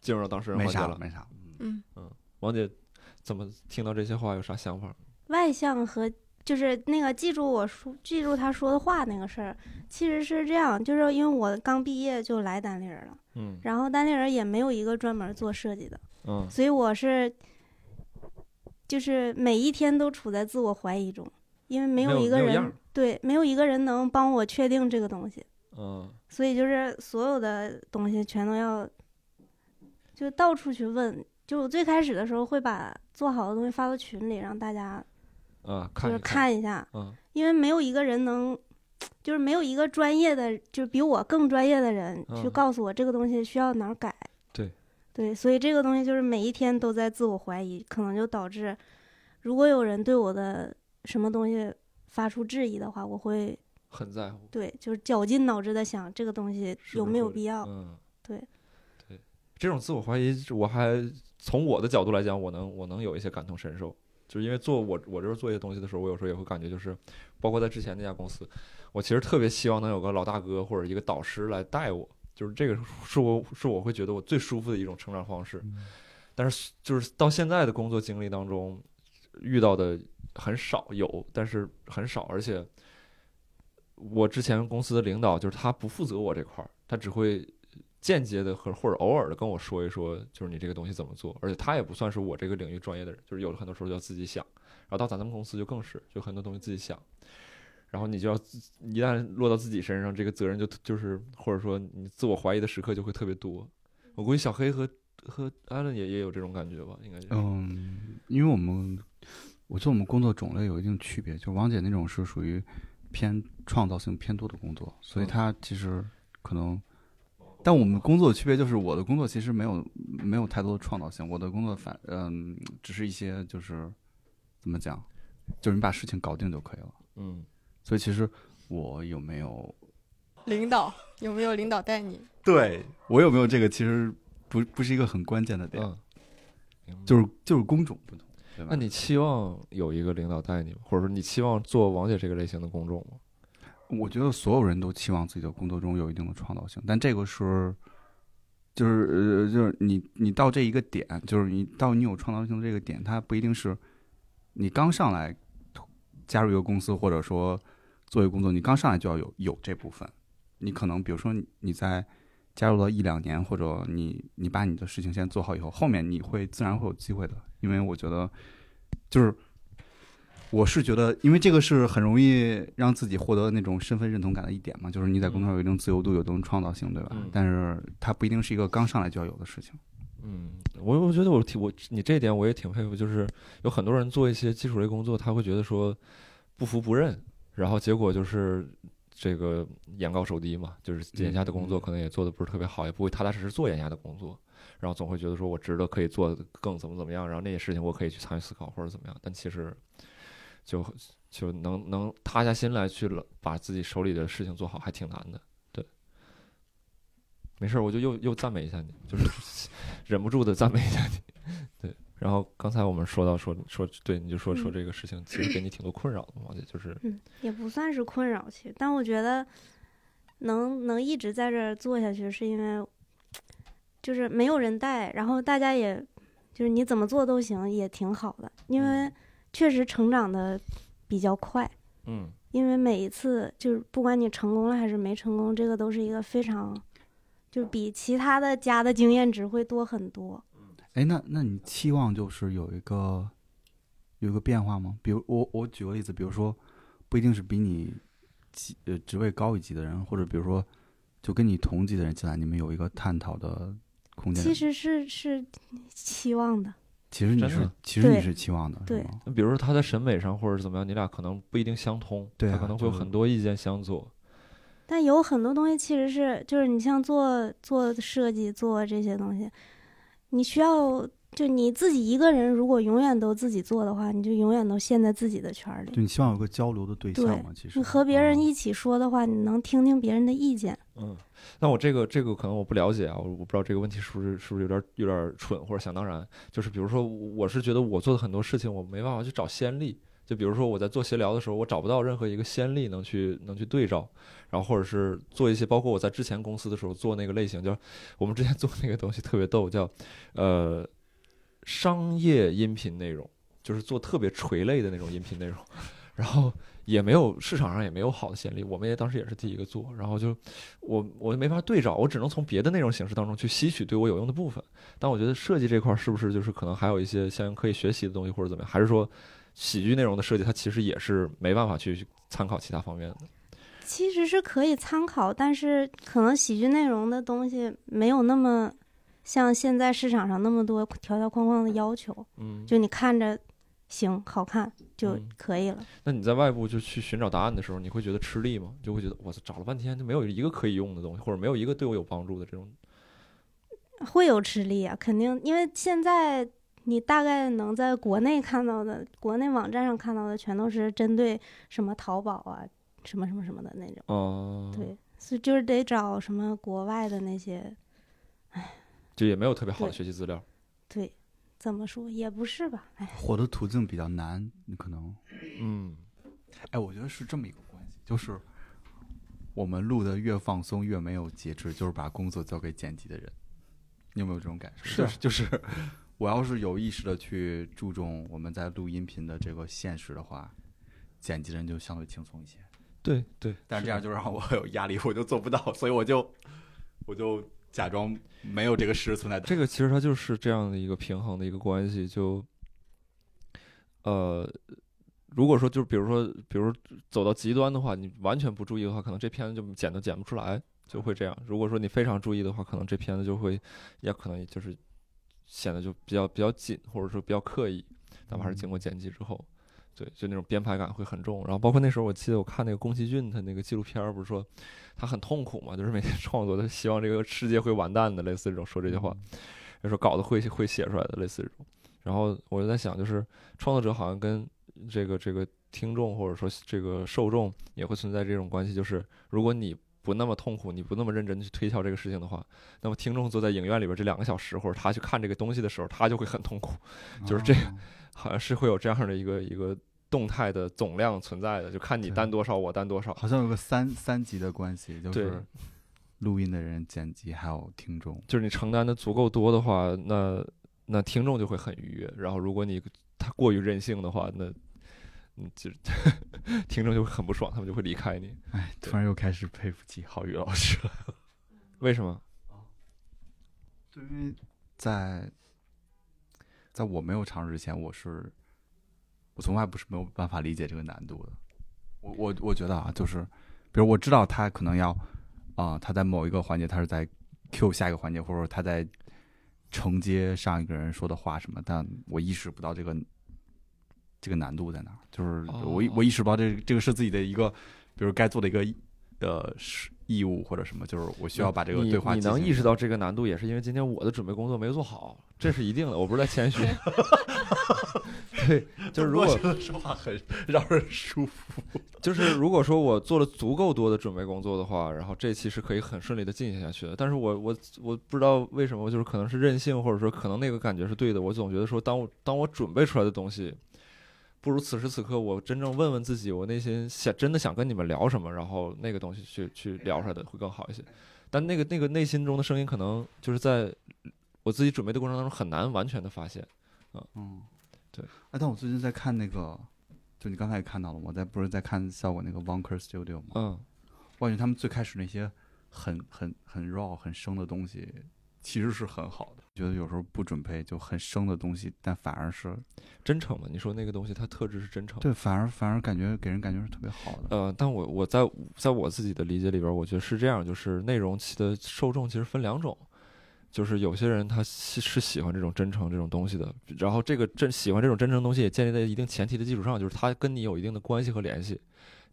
A: 进入到当事人
B: 没
A: 环节
B: 啥了，
A: 了。
B: 没啥。
C: 嗯，
A: 王姐怎么听到这些话有啥想法？
D: 外向和就是那个记住我说记住他说的话那个事儿，其实是这样，就是因为我刚毕业就来单立人了，
A: 嗯
D: 然后单立人也没有一个专门做设计的，
A: 嗯
D: 所以我是就是每一天都处在自我怀疑中，因为没
A: 没有
D: 一个
A: 没有样
D: 人
A: 儿
D: 对没有一个人能帮我确定这个东西，
A: 嗯，
D: 所以就是所有的东西全都要就到处去问。就我最开始的时候会把做好的东西发到群里，让大家
A: 啊，
D: 就
A: 看
D: 是
A: 一
D: 看一下，
A: 嗯
D: 因为没有一个人能，就是没有一个专业的，就是比我更专业的人去
A: 嗯
D: 告诉我这个东西需要哪儿改。
A: 对，
D: 对，所以这个东西就是每一天都在自我怀疑，可能就导致，如果有人对我的什么东西发出质疑的话，我会
A: 很在乎。
D: 对，就是绞尽脑汁的想这个东西
A: 是
D: 有
A: 不是
D: 没有
A: 会
D: 必要。
A: 嗯，
D: 对
A: 对，这种自我怀疑，我还从我的角度来讲，我能我能有一些感同身受，就是因为做我我这儿做一些东西的时候，我有时候也会感觉就是，包括在之前那家公司，我其实特别希望能有个老大哥或者一个导师来带我，就是这个是我是我会觉得我最舒服的一种成长方式。但是就是到现在的工作经历当中，遇到的很少有，但是很少，而且我之前公司的领导就是他不负责我这块儿，他只会间接的和或者偶尔的跟我说一说，就是你这个东西怎么做，而且他也不算是我这个领域专业的人，就是有的很多时候要自己想，然后到咱们公司就更是，就很多东西自己想。然后你就要自一旦落到自己身上，这个责任就就是或者说你自我怀疑的时刻就会特别多。我估计小黑和和艾伦也也有这种感觉吧，应该是。
B: 嗯，因为我们，我觉得我们工作种类有一定区别，就王姐那种是属于偏创造性偏多的工作，所
A: 嗯
B: 以她其实可能，但我们工作的区别就是我的工作其实没有没有太多的创造性，我的工作反嗯只是一些就是怎么讲，就是你把事情搞定就可以了，
A: 嗯，
B: 所以其实我有没有
C: 领导有没有领导带你？
B: 对我有没有这个其实不不是一个很关键的点，
A: 嗯，明白
B: 就是就是工种不同，对吧
A: 那？你期望有一个领导带你吗？或者说你期望做王姐这个类型的工种吗？
B: 我觉得所有人都期望自己的工作中有一定的创造性，但这个是，就是呃，就是你你到这一个点，就是你到你有创造性的这个点，它不一定是你刚上来加入一个公司，或者说做一个工作，你刚上来就要有有这部分。你可能比如说你你在加入了一两年，或者你你把你的事情先做好以后，后面你会自然会有机会的，因为我觉得就是我是觉得，因为这个是很容易让自己获得那种身份认同感的一点嘛，就是你在工作上有一定自由度，有一定创造性，对吧？
A: 嗯
B: 但是它不一定是一个刚上来就要有的事情。
A: 嗯，我我觉得我挺我你这一点我也挺佩服，就是有很多人做一些基础类工作，他会觉得说不服不认，然后结果就是这个眼高手低嘛，就是眼下的工作
B: 嗯嗯
A: 可能也做的不是特别好，也不会踏踏实实做眼下的工作，然后总会觉得说我值得可以做得更怎么怎么样，然后那些事情我可以去参与思考或者怎么样，但其实就就能能塌下心来去了把自己手里的事情做好，还挺难的。对，没事儿，我就又又赞美一下你，就是 忍不住的赞美一下你。对，然后刚才我们说到说说对，你就说说
D: 嗯
A: 这个事情其实给你挺多困扰的嘛，也就是
D: 嗯，也不算是困扰其实，但我觉得能能一直在这儿做下去，是因为就是没有人带，然后大家也就是你怎么做都行，也挺好的，因为
A: 嗯
D: 确实成长的比较快。
A: 嗯
D: 因为每一次就是不管你成功了还是没成功，这个都是一个非常，就比其他的家的经验值会多很多。
B: 哎，那那你期望就是有一个有一个变化吗？比如我我举个例子，比如说不一定是比你级呃职位高一级的人，或者比如说就跟你同级的人进来，你们有一个探讨的空间。
D: 其实是是期望的，
B: 其实你
A: 真的
B: 是其实你
D: 对
B: 是期望的，是
D: 对
B: 吗
A: 那比如说他在审美上或者是怎么样，你俩可能不一定相通，
B: 对啊
A: 他可能会有
B: 就是
A: 很多意见相左。
D: 但有很多东西其实是就是你像做做设计做这些东西，你需要就你自己一个人如果永远都自己做的话，你就永远都陷在自己的圈儿里。
B: 就你希望有个交流的对
D: 对
B: 象嘛？其实
D: 你和别人
B: 哦
D: 一起说的话，你能听听别人的意见。
A: 嗯，那我这个这个可能我不了解啊，我我不知道这个问题是不是是不是有点有点蠢或者想当然。就是比如说，我是觉得我做的很多事情，我没办法去找先例。就比如说我在做协聊的时候，我找不到任何一个先例能去能去对照，然后或者是做一些，包括我在之前公司的时候做那个类型，叫我们之前做那个东西特别逗，叫呃商业音频内容，就是做特别垂类的那种音频内容， 然后也没有市场上也没有好的先例，我们也当时也是第一个做，然后就我我就没法对照，我只能从别的内容形式当中去吸取对我有用的部分。但我觉得设计这块儿是不是就是可能还有一些相应可以学习的东西，或者怎么样？还是说喜剧内容的设计它其实也是没办法去参考其他方面的？
D: 其实是可以参考，但是可能喜剧内容的东西没有那么像现在市场上那么多条条框框的要求，
A: 嗯，
D: 就你看着行好看就
A: 嗯
D: 可以了。
A: 那你在外部就去寻找答案的时候，你会觉得吃力吗？就会觉得我操找了半天就没有一个可以用的东西，或者没有一个对我有帮助的这种。
D: 会有吃力啊，肯定，因为现在你大概能在国内看到的，国内网站上看到的，全都是针对什么淘宝啊，什么什么什么的那种。
A: 哦、，
D: 对，所以就是得找什么国外的那些，
A: 就也没有特别好的
D: 对
A: 学习资料。
D: 对，怎么说也不是吧，
C: 呃
D: 哎，
B: 活的途径比较难，你可能
A: 嗯
B: 哎，我觉得是这么一个关系，就是我们录的越放松越没有节制，就是把工作交给剪辑的人。你有没有这种感受？
A: 是
B: 就是啊就是，我要是有意识的去注重我们在录音频的这个现实的话，剪辑人就相对轻松一些。
A: 对对，
B: 但是这
A: 的
B: 样就让我有压力，我就做不到，所以我就我就假装没有这个事实存在的。
A: 这个其实它就是这样的一个平衡的一个关系，就，呃，如果说就比如说，比如走到极端的话，你完全不注意的话，可能这片子就剪都剪不出来，就会这样。如果说你非常注意的话，可能这片子就会，也可能就是显得就比较比较紧，或者说比较刻意，哪怕是经过剪辑之后。对，就那种编排感会很重，然后包括那时候我记得我看那个宫崎骏他那个纪录片儿，不是说他很痛苦嘛， 就是每天创作，他希望这个世界会完蛋的，类似这种说这些话。
B: 嗯
A: 就说稿子会会写出来的，类似这种。然后我就在想，就是创作者好像跟这个这个听众或者说这个受众也会存在这种关系，就是如果你不那么痛苦，你不那么认真地去推敲这个事情的话，那么听众坐在影院里边这两个小时，或者他去看这个东西的时候，他就会很痛苦。
B: 哦
A: 就是这
B: 个，
A: 好像是会有这样的一个一个动态的总量存在的，就看你
B: 对
A: 担多少，我担多少。
B: 好像有个三三级的关系，就
A: 对
B: 是录音的人、剪辑还有听众。
A: 就是你承担的足够多的话，那那听众就会很愉悦。然后如果你他过于任性的话，那嗯，就 听众就会很不爽，他们就会离开你。
B: 哎，
A: 对
B: 突然又开始佩服起郝宇老师了。
A: 为什么？
B: 对，因为在在我没有尝试之前，我是我从来不是没有办法理解这个难度的。我我我觉得啊，就是比如我知道他可能要啊、他在某一个环节他是在 Q 下一个环节，或者说他在承接上一个人说的话什么，但我意识不到这个这个难度在哪儿，就是我
A: 哦
B: 我意识不到这这个是自己的一个，比如该做的一个呃是义务或者什么，就是我需要把这个
A: 你
B: 对话
A: 你
B: 进
A: 能
B: 行
A: 意识到这个难度，也是因为今天我的准备工作没做好，这是一定的。我不是在谦虚， 对，就是如果
B: 说话很让人舒服，
A: 就是如果说我做了足够多的准备工作的话，然后这期是可以很顺利的进行下去的。但是我我我不知道为什么，就是可能是任性，或者说可能那个感觉是对的。我总觉得说，当我当我准备出来的东西，不如此时此刻我真正问问自己，我内心想真的想跟你们聊什么，然后那个东西去去聊出来的会更好一些。但那个那个内心中的声音，可能就是在我自己准备的过程当中很难完全的发现。
B: 嗯，
A: 对。
B: 哎，但我最近在看那个，就你刚才也看到了，我在不是在看效果那个 Wonker Studio 吗？
A: 嗯，
B: 我感觉他们最开始那些很很很 raw 很生的东西，其实是很好的。觉得有时候不准备就很生的东西，但反而
A: 哦
B: 是
A: 真诚嘛，你说那个东西它特质是真诚。
B: 对，反而反而感觉给人感觉是特别好的。
A: 呃，但我我在在我自己的理解里边儿，我觉得是这样，就是内容其的受众其实分两种，就是有些人他是是喜欢这种真诚这种东西的，然后这个真喜欢这种真诚东西也建立在一定前提的基础上，就是他跟你有一定的关系和联系，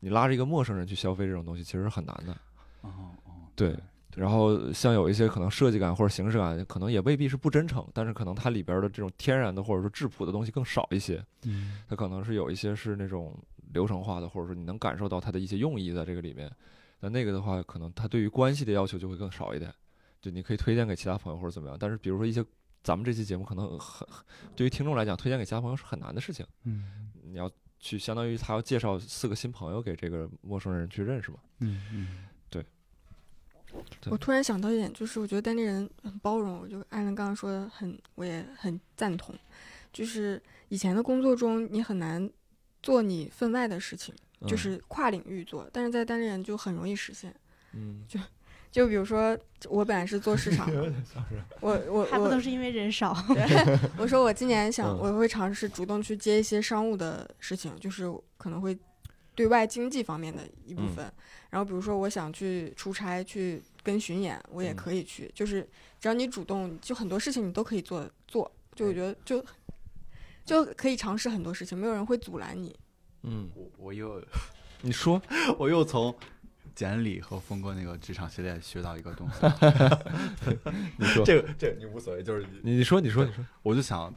A: 你拉着一个陌生人去消费这种东西其实是很难的。
B: 哦哦，
A: 对然后像有一些可能设计感或者形式感，可能也未必是不真诚，但是可能它里边儿的这种天然的或者说质朴的东西更少一些。
B: 嗯，
A: 它可能是有一些是那种流程化的，或者说你能感受到它的一些用意在这个里面。那那个的话，可能它对于关系的要求就会更少一点，就你可以推荐给其他朋友或者怎么样。但是比如说一些咱们这期节目可能很对于听众来讲，推荐给其他朋友是很难的事情。
B: 嗯
A: 你要去相当于他要介绍四个新朋友给这个陌生人去认识嘛。
B: 嗯嗯，
A: 对
C: 我突然想到一点，就是我觉得当地人很包容，我就按照刚刚说的很，我也很赞同。就是以前的工作中，你很难做你分外的事情，
A: 嗯、
C: 就是跨领域做，但是在当地人就很容易实现。
A: 嗯，
C: 就比如说，我本来是做市 场的，我我
D: 还不都
C: 我
D: 是因为人 少？
C: 我说我今年想
A: 嗯
C: 我会尝试主动去接一些商务的事情，就是可能会对外经济方面的一部
A: 嗯
C: 分。然后比如说我想去出差去跟巡演，我也
A: 嗯
C: 可以去，就是只要你主动，就很多事情你都可以做做。就我觉得就就可以尝试很多事情，没有人会阻拦你。
A: 嗯，
B: 我我又
A: 你说
B: 我又从简历和峰哥那个职场系列学到一个东西，
A: 你说
B: 这个这个你无所谓，就是你
A: 你你说你说你说，
B: 我就想，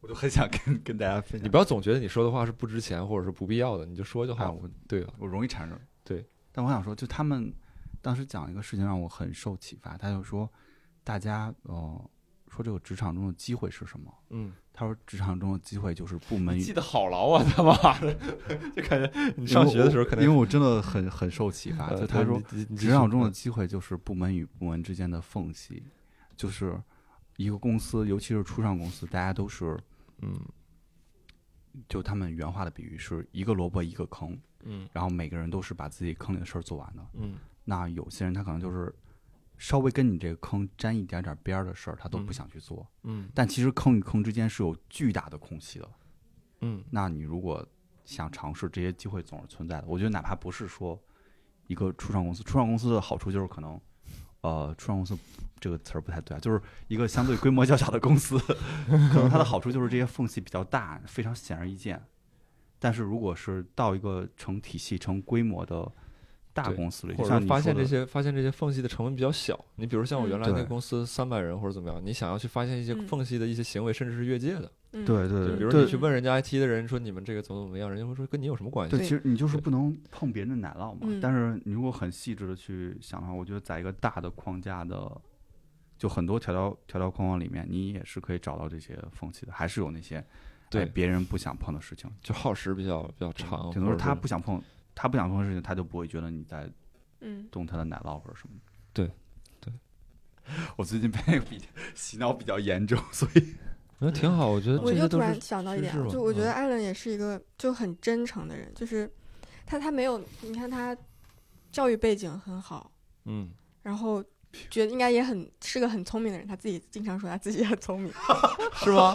B: 我就很想跟跟大家分享
A: 你不。要总觉得你说的话是不值钱或者是不必要的，你就说就
B: 哎，
A: 好了。
B: 我
A: 对吧？
B: 我容易产生。
A: 对，
B: 但我想说，就他们当时讲一个事情让我很受启发，他就说，大家呃说这个职场中的机会是什么？
A: 嗯，
B: 他说职场中的机会就是部门与
A: 记得好牢啊，他妈的，就感觉你上学的时候可能
B: 因为我真的很很受启发，
A: 呃
B: 就他说，
A: 你你
B: 职场中的机会就是部门与部门之间的缝隙，就是一个公司，尤其是初创公司，大家都是
A: 嗯
B: 就他们原话的比喻是一个萝卜一个坑，
A: 嗯
B: 然后每个人都是把自己坑里的事儿做完的。
A: 嗯
B: 那有些人他可能就是稍微跟你这个坑沾一点点边儿的事儿，他都
A: 嗯
B: 不想去做。
A: 嗯
B: 但其实坑与坑之间是有巨大的空隙的。
A: 嗯
B: 那你如果想尝试，这些机会总是存在的。我觉得哪怕不是说一个初创公司，初创公司的好处就是可能，呃，初创公司这个词儿不太对啊，就是一个相对规模较小的公司， 可能它的好处就是这些缝隙比较大，非常显而易见。但是如果是到一个成体系、成规模的大
A: 对
B: 公司里，
A: 嗯或
B: 就
A: 者
B: 像
A: 说
B: 你
A: 发
B: 说
A: 现
B: 的
A: 这些发现这些缝隙的成本比较小。你比如像我原来
B: 嗯
A: 那个
B: 对
A: 公司三百人或者怎么样，你想要去发现一些
C: 嗯
A: 缝隙的一些行为，甚至是越界的，
C: 嗯，
B: 对对
A: 就
B: 对，
A: 比如
B: 对
A: 你去问人家 IT 的人说你们这个怎么怎么样，人家会说跟你有什么关系
B: 对，？其实你就是
A: 对
B: 不能碰别人的奶酪嘛。
C: 嗯
B: 但是你如果很细致的去想的话，我觉得在一个大的框架的，就很多条条条条框框里面，你也是可以找到这些缝隙的，还是有那些
A: 对
B: 哎别人不想碰的事情。
A: 就耗时比较比较长，
B: 顶多
A: 或
B: 是
A: 者
B: 他不想碰，他不想碰的事情，他就不会觉得你在
C: 嗯，
B: 动他的奶酪或者什么。
A: 对，对。
B: 我最近被比洗脑比较严重，所以
A: 那挺好，我觉得
C: 我
A: 这
C: 又
A: 些
C: 突
A: 都
C: 然
A: 是
C: 想到一
A: 趋
C: 点
A: 势，嘛
C: 就我觉得
A: 嗯
C: 艾伦也是一个就很真诚的人，就是他他没有，你看他教育背景很好，
A: 嗯
C: 然后觉得应该也很是个很聪明的人，他自己经常说他自己很聪 明。
A: 是吗？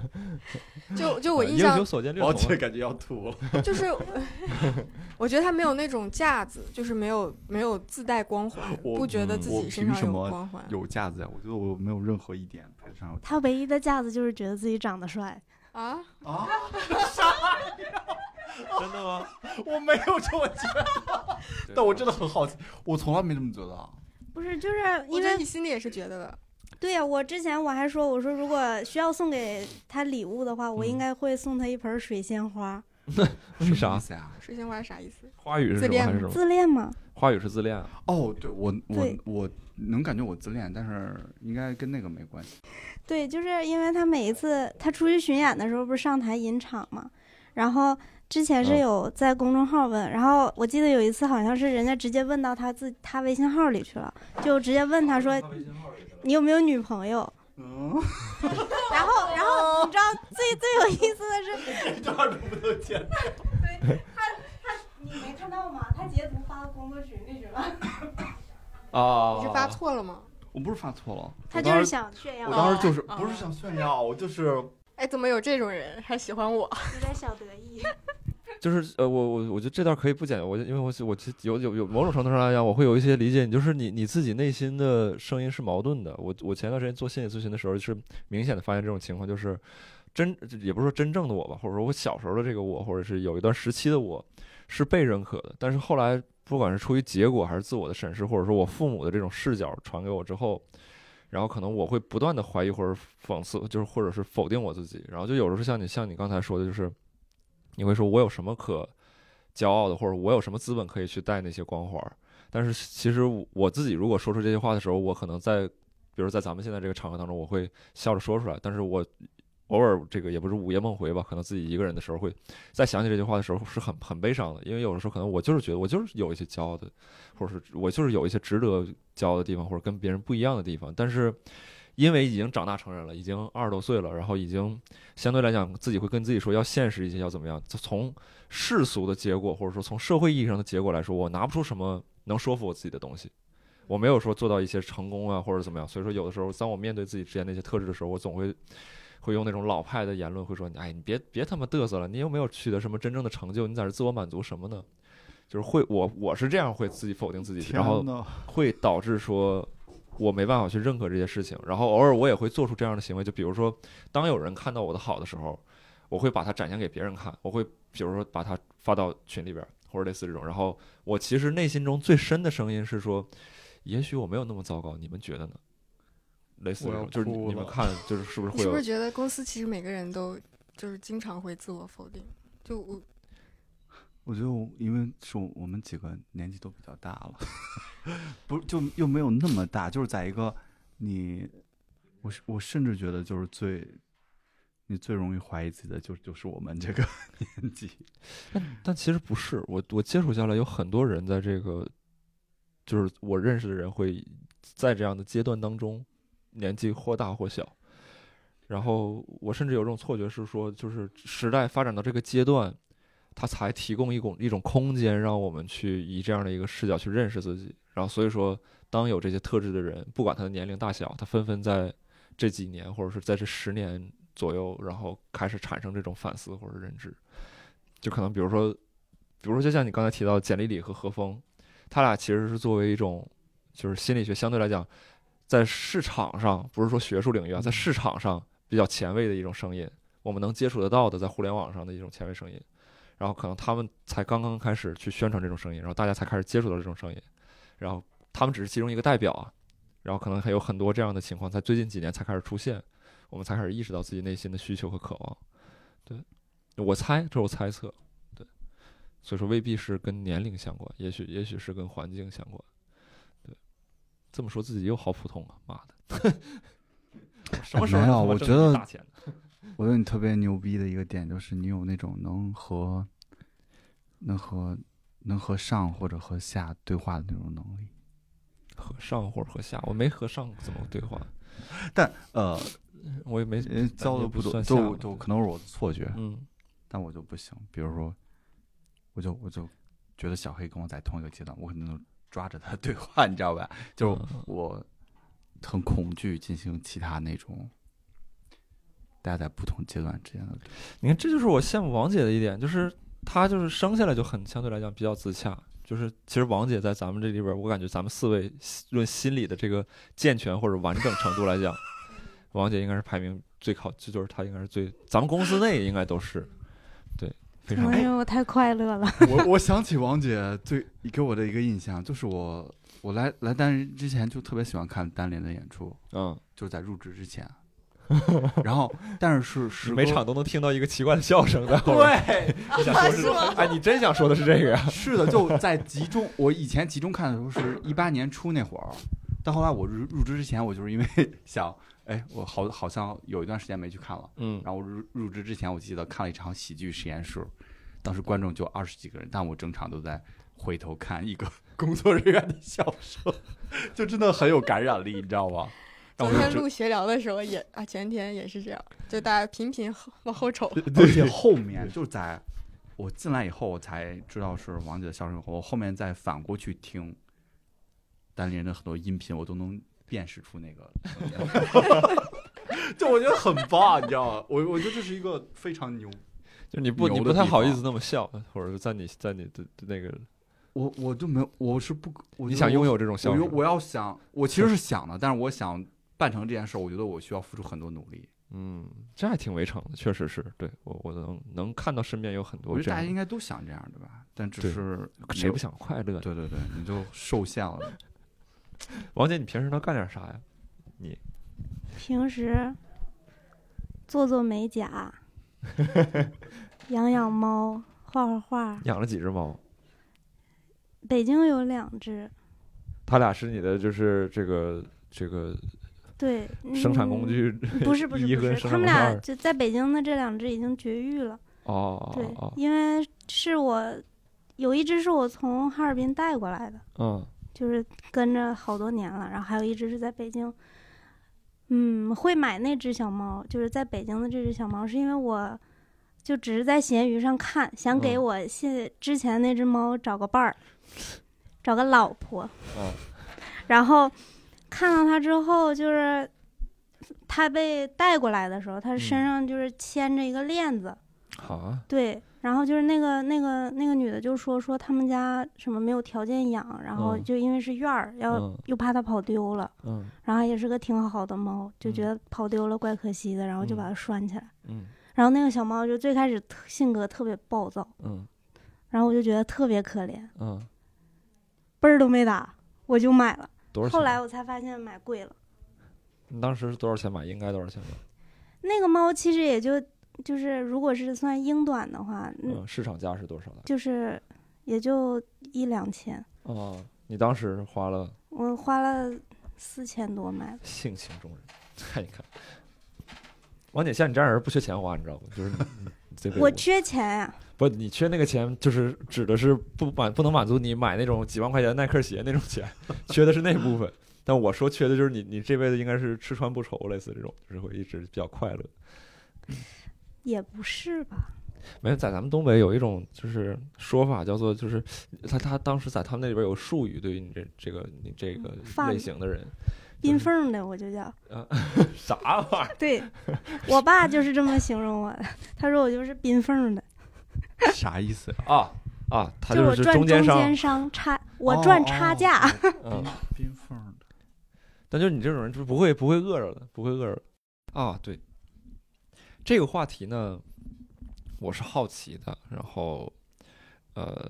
C: 就 就我
B: 呃
C: 印
A: 英
C: 象
A: 雄所见略同啊。
B: 感觉要吐了。
C: 就是， 我觉得他没有那种架子，就是没有没有自带光环，
B: 我
C: 不觉得
A: 嗯
C: 自
B: 我
C: 己身
B: 凭
C: 上
B: 什
C: 有
B: 么
C: 光环。
B: 有架子呀，我觉得我没有任何一点配得上有
D: 他唯一的架子就是觉得自己长得帅，
C: 啊，
B: 啊！
A: 真的 吗？
B: 我没有这么觉得，但我真的很好奇，我从来没这么觉得啊。
D: 不是就是
C: 我觉
D: 因
C: 得
D: 为
C: 你心里也是觉得的。
D: 对呀、我之前我还说我说如果需要送给他礼物的话，我应该会送他一盆水仙花，
A: 为啥？
B: 思呀？
C: 水仙花是啥意思？
A: 花语是
C: 自
A: 什么
C: 恋
A: 还是
C: 吗
A: 什么？
D: 自恋嘛。
A: 花语是自恋啊。
B: 哦，对我我
D: 对
B: 我能感觉我自恋，但是应该跟那个没关系。
D: 对，就是因为他每一次他出去巡演的时候，不是上台引场嘛，然后之前是
A: 嗯
D: 有在公众号问，然后我记得有一次好像是人家直接问到他自他微信号里去了，就直接问他说你有没有女朋友？
B: 嗯，
D: 然后然后你知道最最有意思的是，你没看到吗？他截图发到工作群里去了，
A: 啊
C: 你是发错了吗？
B: 我不是发错了，
D: 他
B: 我
D: 就
B: 当
D: 是
B: 时
D: 想炫耀
B: 我，当时就是
C: 哦
B: 不是想炫耀，我就是
C: 哎，怎么有这种人还喜欢我？
D: 有点小得意。
A: 就是呃，我我我觉得这段可以不剪，我因为我我其实有有有某种程度上来讲，我会有一些理解你，就是你你自己内心的声音是矛盾的。我我前段时间做心理咨询的时候，是明显的发现这种情况，就是真也不是说真正的我吧，或者说我小时候的这个我，或者是有一段时期的我，是被认可的，但是后来不管是出于结果还是自我的审视，或者说我父母的这种视角传给我之后，然后可能我会不断的怀疑或者讽刺，就是或者是否定我自己，然后就有的时候像你像你刚才说的，就是你会说我有什么可骄傲的，或者我有什么资本可以去戴那些光环儿？但是其实我我自己如果说出这些话的时候，我可能在比如在咱们现在这个场合当中，我会笑着说出来，但是我偶尔这个也不是午夜梦回吧，可能自己一个人的时候会在想起这句话的时候是很很悲伤的，因为有的时候可能我就是觉得我就是有一些骄傲的，或者是我就是有一些值得骄傲的地方，或者跟别人不一样的地方，但是。因为已经长大成人了，已经二十多岁了，然后已经相对来讲自己会跟自己说要现实一些，要怎么样？就从世俗的结果，或者说从社会意义上的结果来说，我拿不出什么能说服我自己的东西。我没有说做到一些成功啊，或者怎么样。所以说，有的时候当我面对自己之前那些特质的时候，我总会会用那种老派的言论，会说：“哎，你别别他妈嘚瑟了，你又没有取得什么真正的成就，你在这自我满足什么呢？”就是会我我是这样会自己否定自己，然后
B: 天呐
A: 会导致说我没办法去认可这些事情，然后偶尔我也会做出这样的行为，就比如说，当有人看到我的好的时候，我会把它展现给别人看，我会比如说把它发到群里边儿或者类似这种，然后我其实内心中最深的声音是说，也许我没有那么糟糕，你们觉得呢？类似这
B: 我要
A: 种，就是你
B: 哭
A: 你们
B: 了
A: 看，就是是不是会
C: 你是
A: 有
C: 不是觉得公司其实每个人都就是经常会自我否定？就我
B: 我觉得我因为是我们几个年纪都比较大了， 不就又没有那么大，就是在一个你，我是我甚至觉得就是最，你最容易怀疑自己的就是就是我们这个 年纪，
A: 但其实不是，我我接触下来有很多人在这个，就是我认识的人会在这样的阶段当中，年纪或大或小。然后我甚至有种错觉是说，就是时代发展到这个阶段，它才提供一种一种空间，让我们去以这样的一个视角去认识自己。然后所以说，当有这些特质的人，不管他的年龄大小，他纷纷在这几年或者是在这十年左右，然后开始产生这种反思或者认知。就可能比如说，比如说就像你刚才提到简丽丽和何峰，他俩其实是作为一种就是心理学相对来讲，在市场上不是说学术领域啊，在市场上比较前卫的一种声音，我们能接触得到的，在互联网上的一种前卫声音。然后可能他们才刚刚开始去宣传这种声音，然后大家才开始接触到这种声音，然后他们只是其中一个代表啊，然后可能还有很多这样的情况，在最近几年才开始出现，我们才开始意识到自己内心的需求和渴望。对，我猜，这是我猜测，对，所以说未必是跟年龄相关，也许也许是跟环境相关。对，这么说自己又好普通啊，妈的！我 什么时候
B: 没有
A: 能他妈
B: 我
A: 挣
B: 觉
A: 这么
B: 得
A: 大钱呢
B: 我觉得你特别牛逼的一个点就是你有那种能和，能和能和上或者和下对话的那种能力，
A: 和上或者和下，我没和上怎么对话，
B: 但呃，
A: 我也没
B: 呃教
A: 也
B: 的
A: 不
B: 多，
A: 算下
B: 就
A: 吧
B: 就
A: 对
B: 可能是我的错觉，
A: 嗯。
B: 但我就不行。比如说，我就我就觉得小黑跟我在同一个阶段，我可能抓着他对话，你知道吧？就
A: 嗯
B: 我很恐惧进行其他那种大家在不同阶段之间的对话
A: 你看，这就是我羡慕王姐的一点，就是她就是生下来就很相对来讲比较自洽。就是其实王姐在咱们这里边儿，我感觉咱们四位论心理的这个健全或者完整程度来讲，王姐应该是排名最靠，这就是她应该是最，咱们公司内应该都是，对，非常
D: 哎呦，我太快乐了，
B: 我我想起王姐最给我的一个印象，就是我我来来单林之前就特别喜欢看单林的演出，
A: 嗯，
B: 就是在入职之前。然后，但是是时
A: 每
B: 隔
A: 场都能听到一个奇怪的笑声在后面。
B: 对，
A: 你想说是
C: 是吗
A: 哎，你真想说的是这个呀？
B: 是的，就在集中。我以前集中看的时候是一八年初那会儿，但后来我入入职之前，我就是因为 想，哎，我好好像有一段时间没去看了。
A: 嗯
B: 然后我入入职之前，我记得看了一场喜剧实验室，当时观众就二十几个人，但我整场都在回头看一个 工作人员的笑声，就真的很有感染力，你知道吗？让
C: 昨
B: 我就
C: 天
B: 知
C: 录学聊的时候也啊，前天也是这样，就大家频频后往后瞅。
B: 而且后面就是在我进来以后，我才知道是王姐的笑声。我后面再反过去听单立人的很多音频，我都能辨识出那个声音。 就我觉得很棒，你知道吗？我我觉得这是一个非常牛。
A: 就你不
B: 牛
A: 你
B: 的
A: 不太
B: 地
A: 好意
B: 方
A: 思那么笑，或者是在你在你的的那个
B: 我我就没有，我是不，我
A: 你
B: 觉得
A: 想拥
B: 我，
A: 有这种笑
B: 我
A: 声
B: 有，我要想，我其实是想的，但是我想办成这件事儿，我觉得我需要付出很多努力。
A: 嗯，这还挺围城的，确实是对我我能能看到身边有很
B: 我
A: 多
B: 觉
A: 这
B: 得大
A: 样
B: 家应
A: 的，
B: 该都想这样的吧，但只
A: 对
B: 是
A: 谁不想快乐呢？
B: 对对对，你就受限了。
A: 王姐，你平时能干点啥呀？
D: 平时做做 美甲，养养猫，画画画。
A: 养了几只猫？
D: 北京有两只，
A: 它俩是你的就是这个这个
D: 对，
A: 生产工
D: 嗯
A: 具
D: 不是不
A: 一
D: 是不
A: 和
D: 是，
A: 生
D: 他
A: 产工具
D: 们俩
A: 二
D: 就在北京的这两只已经绝育了。
A: 哦
D: 对
A: 哦，哦，
D: 因为是我有一只是我从哈尔滨带过来的，
A: 嗯，
D: 就是跟着好多年了，然后还有一只是在北京。嗯，会买那只小猫，就是在北京的这只小猫，是因为我就只是在闲鱼上看，想给
A: 嗯
D: 我现之前那只猫找个伴 儿，找个老婆。
A: 嗯
D: 然后看到它之后，就是它被带过来的时候，它
A: 嗯
D: 身上就是牵着一个链子，
A: 好啊，
D: 对，然后就是那个那个那个女的就说说他们家什么没有条件养，然后
A: 嗯
D: 就因为是院儿，要、
A: 嗯
D: 又怕它跑丢了，
A: 嗯
D: 然后也是个挺好的猫，就觉
A: 嗯
D: 得跑丢了怪可惜的，然后就把它拴起来。
A: 嗯
D: 然后那个小猫就最开始特性格特别暴躁，
A: 嗯
D: 然后我就觉得特别可怜，
A: 嗯，
D: 倍儿都没打，我就买了。
A: 多少钱？啊
D: 后来我才发现买贵了，
A: 你当时是多少钱买？应该多少钱买？
D: 那个猫其实也就就是如果是算英短的话，嗯，
A: 嗯，市场价是多少的？
D: 就是也就一两千。
A: 哦，你当时花了，
D: 我花了四千多买的，
A: 性情 中人，看哎一看。王姐，像你这样人不缺钱花，你知道吗？就是你你你这辈子
D: 我缺钱啊呀、
A: 不，你缺那个钱，就是指的是不满不能满足你买那种几万块钱的耐克鞋那种钱， 缺的是那部分。但我说缺的就是你，你这辈子应该是吃穿不愁，类似这种，就是会一直比较快乐。
D: 也不是吧？
A: 没有，在咱们东北有一种就是说法叫做，就是他他当时在他们那里边有术语，对于你这这个你这个
D: 贩
A: 类
D: 子
A: 型的人，
D: 冰缝的我就叫，
A: 啥玩意儿？
D: 对我爸就是这么形容我的，他说我就是冰缝的，
B: 啥意思呀？
A: 啊啊，他
D: 就我
A: 是
D: 赚中
A: 间商，
D: 间商差，我
B: 哦
D: 赚差价。
A: 嗯，
B: 冰缝儿的，
A: 但就是你这种人，就是不会不会饿着的，不会饿着的啊。对，这个话题呢，我是好奇的，然后呃，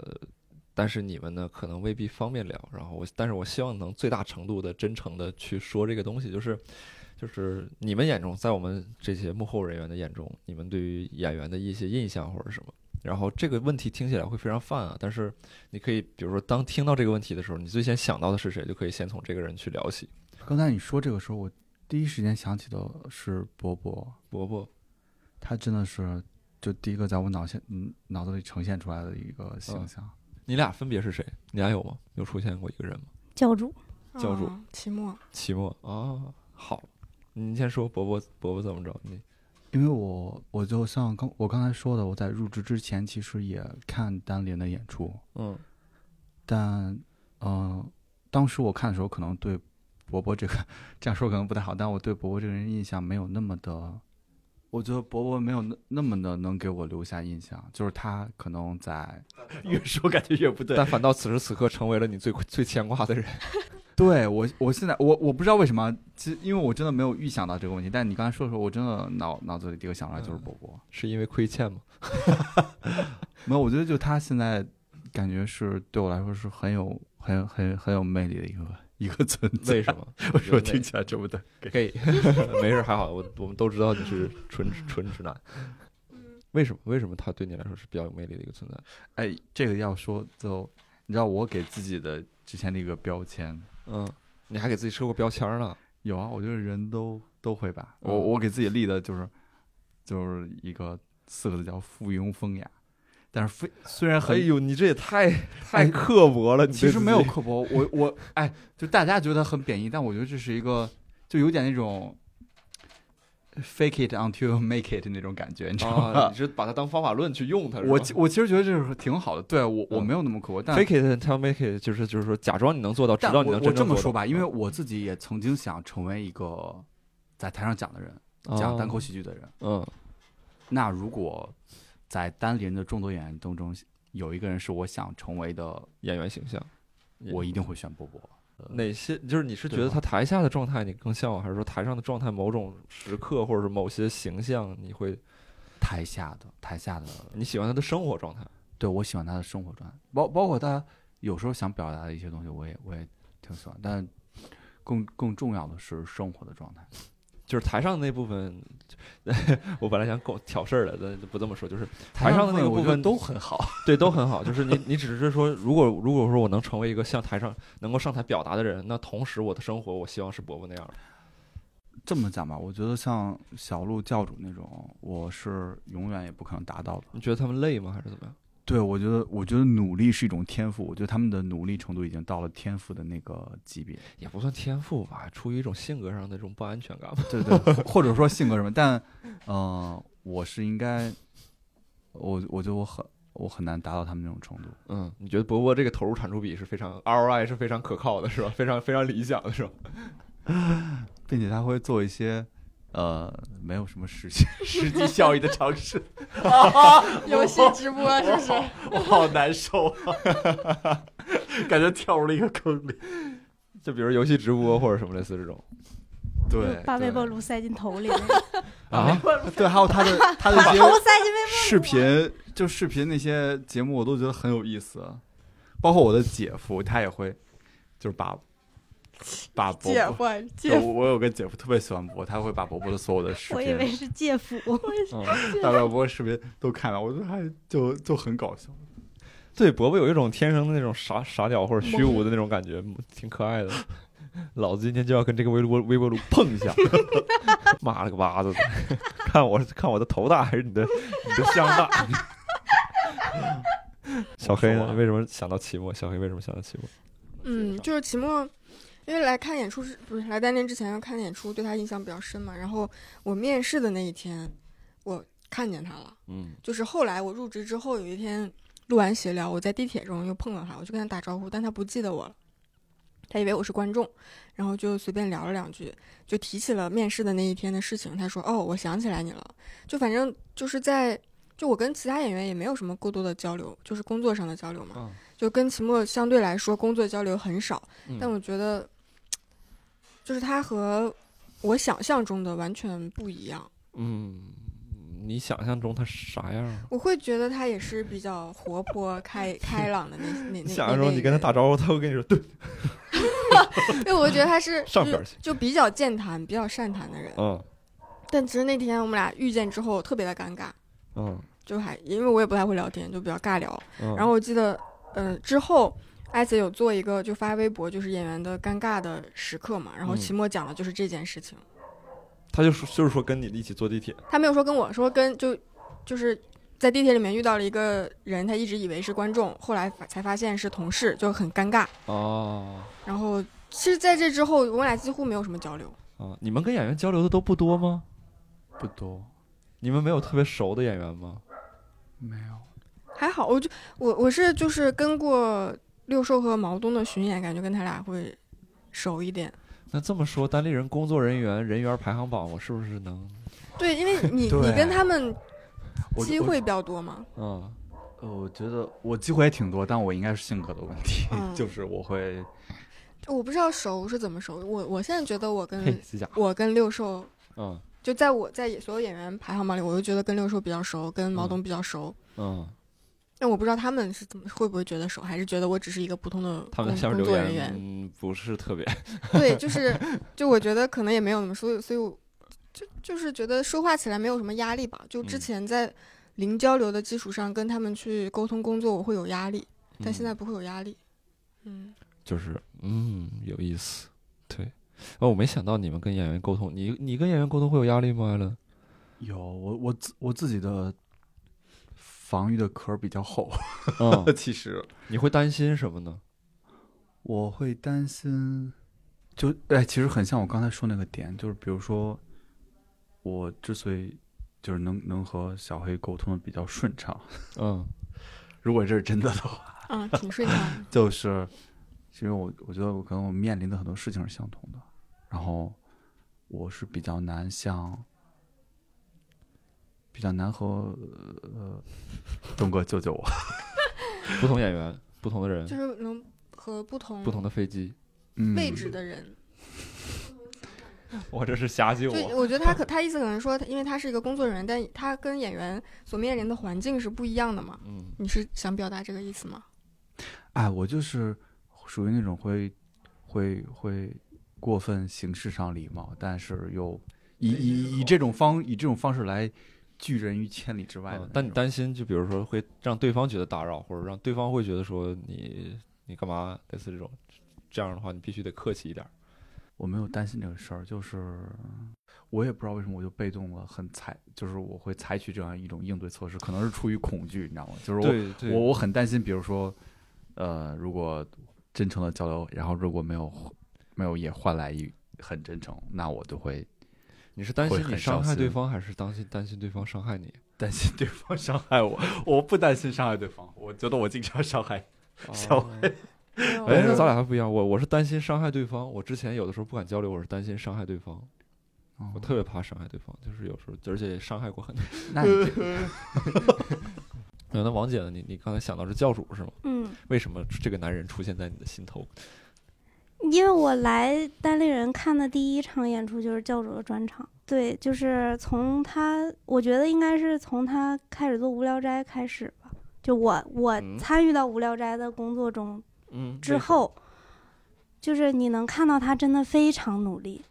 A: 但是你们呢可能未必方便聊，然后我，但是我希望能最大程度的真诚的去说这个东西，就是就是你们眼中，在我们这些幕后人员的眼中，你们对于演员的一些印象或者什么。然后这个问题听起来会非常泛啊，但是你可以，比如说当听到这个问题的时候，你最先想到的是谁，就可以先从这个人去聊起。
B: 刚才你说这个时候，我第一时间想起的是伯伯，
A: 伯伯，
B: 他真的是就第一个在我脑现嗯脑子里呈现出来的一个
A: 嗯
B: 形象。
A: 你俩分别是谁？你俩有吗？有出现过一个人吗？
D: 教主，
A: 教主
C: 嗯 期末
A: 期末
B: 哦
A: 啊，好，你先说伯伯，伯伯怎么着？你
B: 因为我我就像刚我刚才说的，我嗯在入职之前其实也看单林的演出，
A: 嗯
B: 但嗯、当时我看的时候，可能对伯伯这个这样说可能不太好，但我对伯伯这个人印象没有那么的，我觉得伯伯没有那那么的能给我留下印象，就是他可能在
A: 越说感觉越不对，但反倒此时此刻成为了你最最牵挂的人。
B: 对我，我现在我我不知道为什么，其实因为我真的没有预想到这个问题，但你刚才说的时候，我真的脑脑子里第一个想出来
A: 嗯
B: 就是伯伯。
A: 是因为亏欠吗？
B: 没有，我觉得就他现在感觉是对我来说是很有很有很有很有魅力的一个一个存在。
A: 为什 么？
B: 我说听起来这么的给
A: 可以， 没事，还好，我我们都知道你是纯纯直男。 为什么？为什么他对你来说是比较有魅力的一个存在？
B: 哎，这个要说就你知道我给自己的之前的一个标签
A: 嗯，你还给自己设过标签呢。
B: 有啊，我觉得人都都会吧。我
A: 嗯
B: 我给自己立的就是就是一个四个字叫附庸风雅，但是非虽然很
A: 哎呦，你这也太
B: 哎
A: 刻薄了。你
B: 其
A: 对
B: 实
A: 自
B: 没有
A: 己
B: 刻薄，我我哎，就大家觉得很贬义，但我觉得这是一个就有点那种 fake it until you make it 那种感觉，你知道吗？
A: 啊，你是把它当方法论去用它。是吧
B: 我其我其实觉得这是挺好的，对我我
A: 嗯
B: 没有那么刻薄，但
A: fake it until make it，就是就是说假装你能做到，直
B: 但
A: 到
B: 我
A: 你能
B: 我
A: 真
B: 这
A: 正
B: 么说
A: 做
B: 吧，
A: 到嗯
B: 因为我自己也曾经想成为一个在台上讲的人，讲单口，喜剧的人。
A: 哦嗯啊
B: 那如果在单立人的众多演员当中有一个人是我想成为的，
A: 嗯，演员形象。
B: 我一定会选波波。
A: 哪些就是你是觉
B: 对
A: 得
B: 吧
A: 他台下的状态你更向往，还是说台上的状态某种时刻或者是某些形象你会
B: 台下的台下的
A: 你喜欢他的生活状态？
B: 对我喜欢他的生活状态，包包括他有时候想表达的一些东西，我也我也挺喜欢。但更更重要的是生活的状态。
A: 就是台上的那部分， 我本来想搞挑事儿的，但不这么说，就是台
B: 台
A: 上的
B: 的
A: 那个部
B: 我觉
A: 分
B: 得都很好。
A: 对都很好。就是你你只是说，如果如果说我能成为一个像台上能够上台表达的人，那同时我的生活我希望是伯伯那样的。
B: 这么讲吧，我觉得像小鹿教主那种，我是永远也不可能达到的。
A: 你觉得他们累吗？还是怎么样？
B: 对，我觉得，我觉得努力是一种天赋。我觉得他们的努力程度已经到了天赋的那个级别。
A: 也不算天赋吧，出于一种性格上的这种不安全感吧。
B: 对对， 或或者说性格什么，但，呃，我是应该，我我觉得我很我很难达到他们那种程度。
A: 嗯，你觉得伯伯这个投入产出比是非常 ROI 是非常可靠的，是吧？非常非常理想的是吧？
B: 并且他会做一些呃没有什么实际 实际效益的尝试，
C: 游戏直播是不是？
B: 我好难受啊， 感觉跳入了一个坑里。
A: 就比如游戏直播或者什么类似这种
B: 对，
D: 把微
B: 对
D: 波炉塞进头里，
A: 啊，
B: 对，还有他 的他的一
D: 把
B: 些
D: 头塞进微
B: 视频，就视频那些节目，我都觉得很有意思。包括我的姐夫，他也会，就是把把伯
C: 姐
B: 伯，
C: 夫，
B: 对
C: 姐夫，
B: 我我有个姐夫特别喜欢伯伯，他会把伯伯的所有的视
D: 波，我以为
B: 频，
D: 是介甫，
A: 嗯，
B: 大伯伯视频都看了，我觉得还就就很搞笑。
A: 对，伯伯有一种天生的那种傻傻屌或者虚无的那种感觉，嗯挺可爱的。老子今天就要跟这个微波微波炉碰一下， 妈了个巴子的，看我看我的头大还是你的你的香大？ 小黑呢？为什么想到期末？小黑为什么想到期末？
C: 嗯，就是期末，因为来看演出是不是来单立人之前要看演出，对他印象比较深嘛。然后我面试的那一天，我看见他了。
A: 嗯，
C: 就是后来我入职之后，有一天录完闲聊，我在地铁中又碰到他，我就跟他打招呼，但他不记得我了，他以为我是观众，然后就随便聊了两句，就提起了面试的那一天的事情。他说：“哦，我想起来你了。”就反正就是在就我跟其他演员也没有什么过多的交流，就是工作上的交流嘛。
A: 嗯
C: 就跟秦墨相对来说工作交流很少，但我觉得就是他和我想象中的完全不一样。
A: 嗯，你想象中他啥样啊？
C: 我会觉得他也是比较活 泼、开开朗的那那那。
A: 你想象中你跟他打
C: 招
A: 招呼，他会跟你说对
C: 呼，对，我觉得他是
A: 上边儿去
C: 就就比较健谈、比较善谈的人。
A: 嗯
C: 但其实那天我们俩遇见之后特别的尴尬，
A: 嗯
C: 就还因为我也不太会聊天，就比较尬聊。
A: 嗯，
C: 然后我记得，呃，之后艾姐有做一个就发微博，就是演员的尴尬的时刻嘛。然后
A: 嗯
C: 期末讲的就是这件事情，
A: 他就说就是说跟你一起坐地铁，
C: 他没有说跟我说跟就就是在地铁里面遇到了一个人，他一直以为是观众，后来发才发现是同事，就很尴尬。
A: 哦
C: 然后其实在这之后，我们俩几乎没有什么交流。
A: 啊，你们跟演员交流的都不多吗？
B: 不多，
A: 你们没有特别熟的演员吗？
B: 没有。
C: 还好，我就我我是就是跟过六兽和毛东的巡演，感觉跟他俩会熟一点。
A: 那这么说，单立人工作人员人员排行榜，我是不是能
C: 对， 因为你
B: 对
C: 你跟他们
B: 我
C: 机会比较多嘛。
A: 啊？
B: 我呃我觉得我机会也挺多，但我应该是性格的问题，
C: 嗯
B: 就是我会
C: 我不知道熟是怎么熟，我我现在觉得我
A: 嘿，
C: 跟
A: 这家伙，
C: 我跟六兽，
A: 嗯
C: 就在我在所有演员排行榜里，我就觉得跟六兽比较熟，跟毛东比较熟。
A: 嗯，
C: 但我不知道他们是怎么会不会觉得熟，还是觉得我只是一个普通的
A: 他们
C: 工
A: 在下面
C: 工
A: 留
C: 作人
A: 言，
C: 员。
A: 嗯，不是特别，
C: 对，就是就我觉得可能也没有那么所以所以我就就是觉得说话起来没有什么压力吧。就之
A: 嗯
C: 前在零交流的基础上跟他们去沟通工作，我会有压力，但现在
A: 嗯
C: 不会有压力。 嗯，
A: 就是嗯，有意思，对。哦，我没想到你们跟演员沟通，你你跟演员沟通会有压力吗，艾伦？
B: 有我我自我自己的防御的壳儿比较 厚，
A: 嗯，
B: 其实
A: 你会担心什么呢？
B: 我会担心，就哎，其实很像我刚才说那个点，就是比如说，我之所以就是能能和小黑沟通的比较顺畅，
A: 嗯
B: 如果这是真的的话，
C: 啊，挺顺畅的。
B: 就是是因为我我觉得我可能我面临的很多事情是相同的，然后我是比较难像。比较难和呃，东哥救救我！
A: 不同演 员，不同的人，
C: 就是能和不同
A: 不同的飞机。
B: 嗯
C: 位置的人，
A: 我这是瞎救
C: 就我觉得他 可他意思可能说，因为他是一个工作人员，但他跟演员所面临的环境是不一样的嘛。
A: 嗯
C: 你是想表达这个意思吗？
B: 哎，我就是属于那种会会会过分形式上礼貌，但是又以以以这种方以这种方式来拒人于千里之外的
A: 嗯
B: 那，
A: 但你
B: 种
A: 担心，就比如说会让对方觉得打扰，或者让对方会觉得说你你干嘛，类似这种，这样的话你必须得客气一点儿。
B: 我没有担心这个事儿，就是我也不知道为什么我就被动了，很采就是我会采取这样一种应对措施，可能是出于恐惧，你知道吗？就是我
A: 对对，
B: 我我很担心，比如说，呃，如果真诚的交流，然后如果没有没有也换来一很真诚，那我就会
A: 你是担心
B: 会
A: 你
B: 很
A: 伤
B: 伤
A: 害对
B: 心
A: 方，还是担心担心对方伤害你？
B: 担心对方伤害我，我不担心伤害对方，我觉得我经常伤害。小
A: 哦
C: 没有
A: 哎，那咱俩还不一样，我我是担心伤害对方。我之前有的时候不敢交流，我是担心伤害对方，我
B: 哦
A: 特别怕伤害对方，就是有时候，而且也伤害过很多。
B: 那你这
A: 嗯那王姐呢？你你刚才想到是教主是吗？
D: 嗯，
A: 为什么这个男人出现在你的心头？
D: 因为我来单立人看的第一场演出就是教主的专场，对，就是从他，我觉得应该是从他开始做无聊斋开始吧。就我我
A: 嗯
D: 参与到无聊斋的工作中
A: 嗯，
D: 之后，就是你能看到他真的非常努力，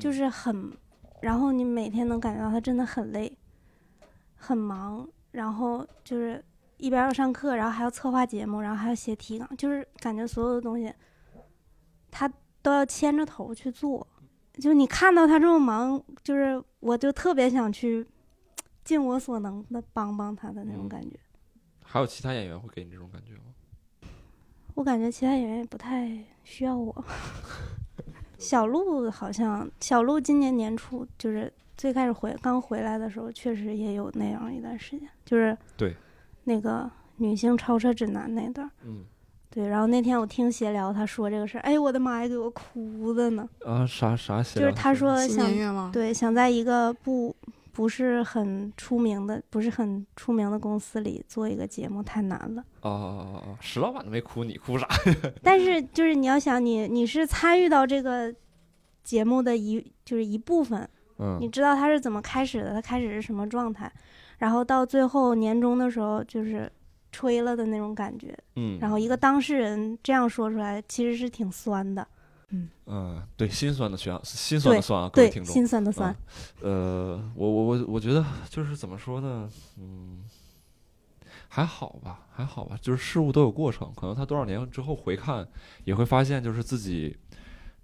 D: 就
A: 嗯
D: 是很，然后你每天能感觉到他真的很累，很忙，然后就是一边要上课，然后还要策划节目，然后还要写提纲，就是感觉所有的东西，他都要牵着头去做。就你看到他这么忙，就是我就特别想去尽我所能的帮帮他的那种
A: 嗯
D: 感觉。
A: 还有其他演员会给你这种感觉吗？
D: 我感觉其他演员也不太需要我。 小鹿好像，小鹿今年年初就是最开始回刚回来的时候，确实也有那样一段时间，就是
A: 对
D: 那个女性超车指南那段儿。
A: 嗯
D: 对，然后那天我听闲聊他说这个事儿，哎，我的妈呀，给我哭的呢！
A: 啊，啥啥写
D: 就
A: 的？
D: 是他说
C: 新
D: 想
C: 年愿望，
D: 对，想在一个不不是很出名的、不是很出名的公司里做一个节目太难了。
A: 啊啊啊啊！石老板都没哭，你哭啥？嗯
D: 但是就是你要想你你是参与到这个节目的一就是一部分，你
A: 嗯
D: 知道它是怎么开始的，它开始是什么状态，然后到最后年终的时候就是吹了的那种感觉，
A: 嗯
D: 然后一个当事人这样说出来，其实是挺酸的，
A: 嗯，对，心酸的酸，心酸的
D: 对
A: 酸啊，各位
D: 对，
A: 听众。
D: 心酸的酸，
A: 呃，我我我我觉得就是怎么说呢，嗯，还好吧，还好吧，就是事物都有过程，可能他多少年之后回看，也会发现就是自己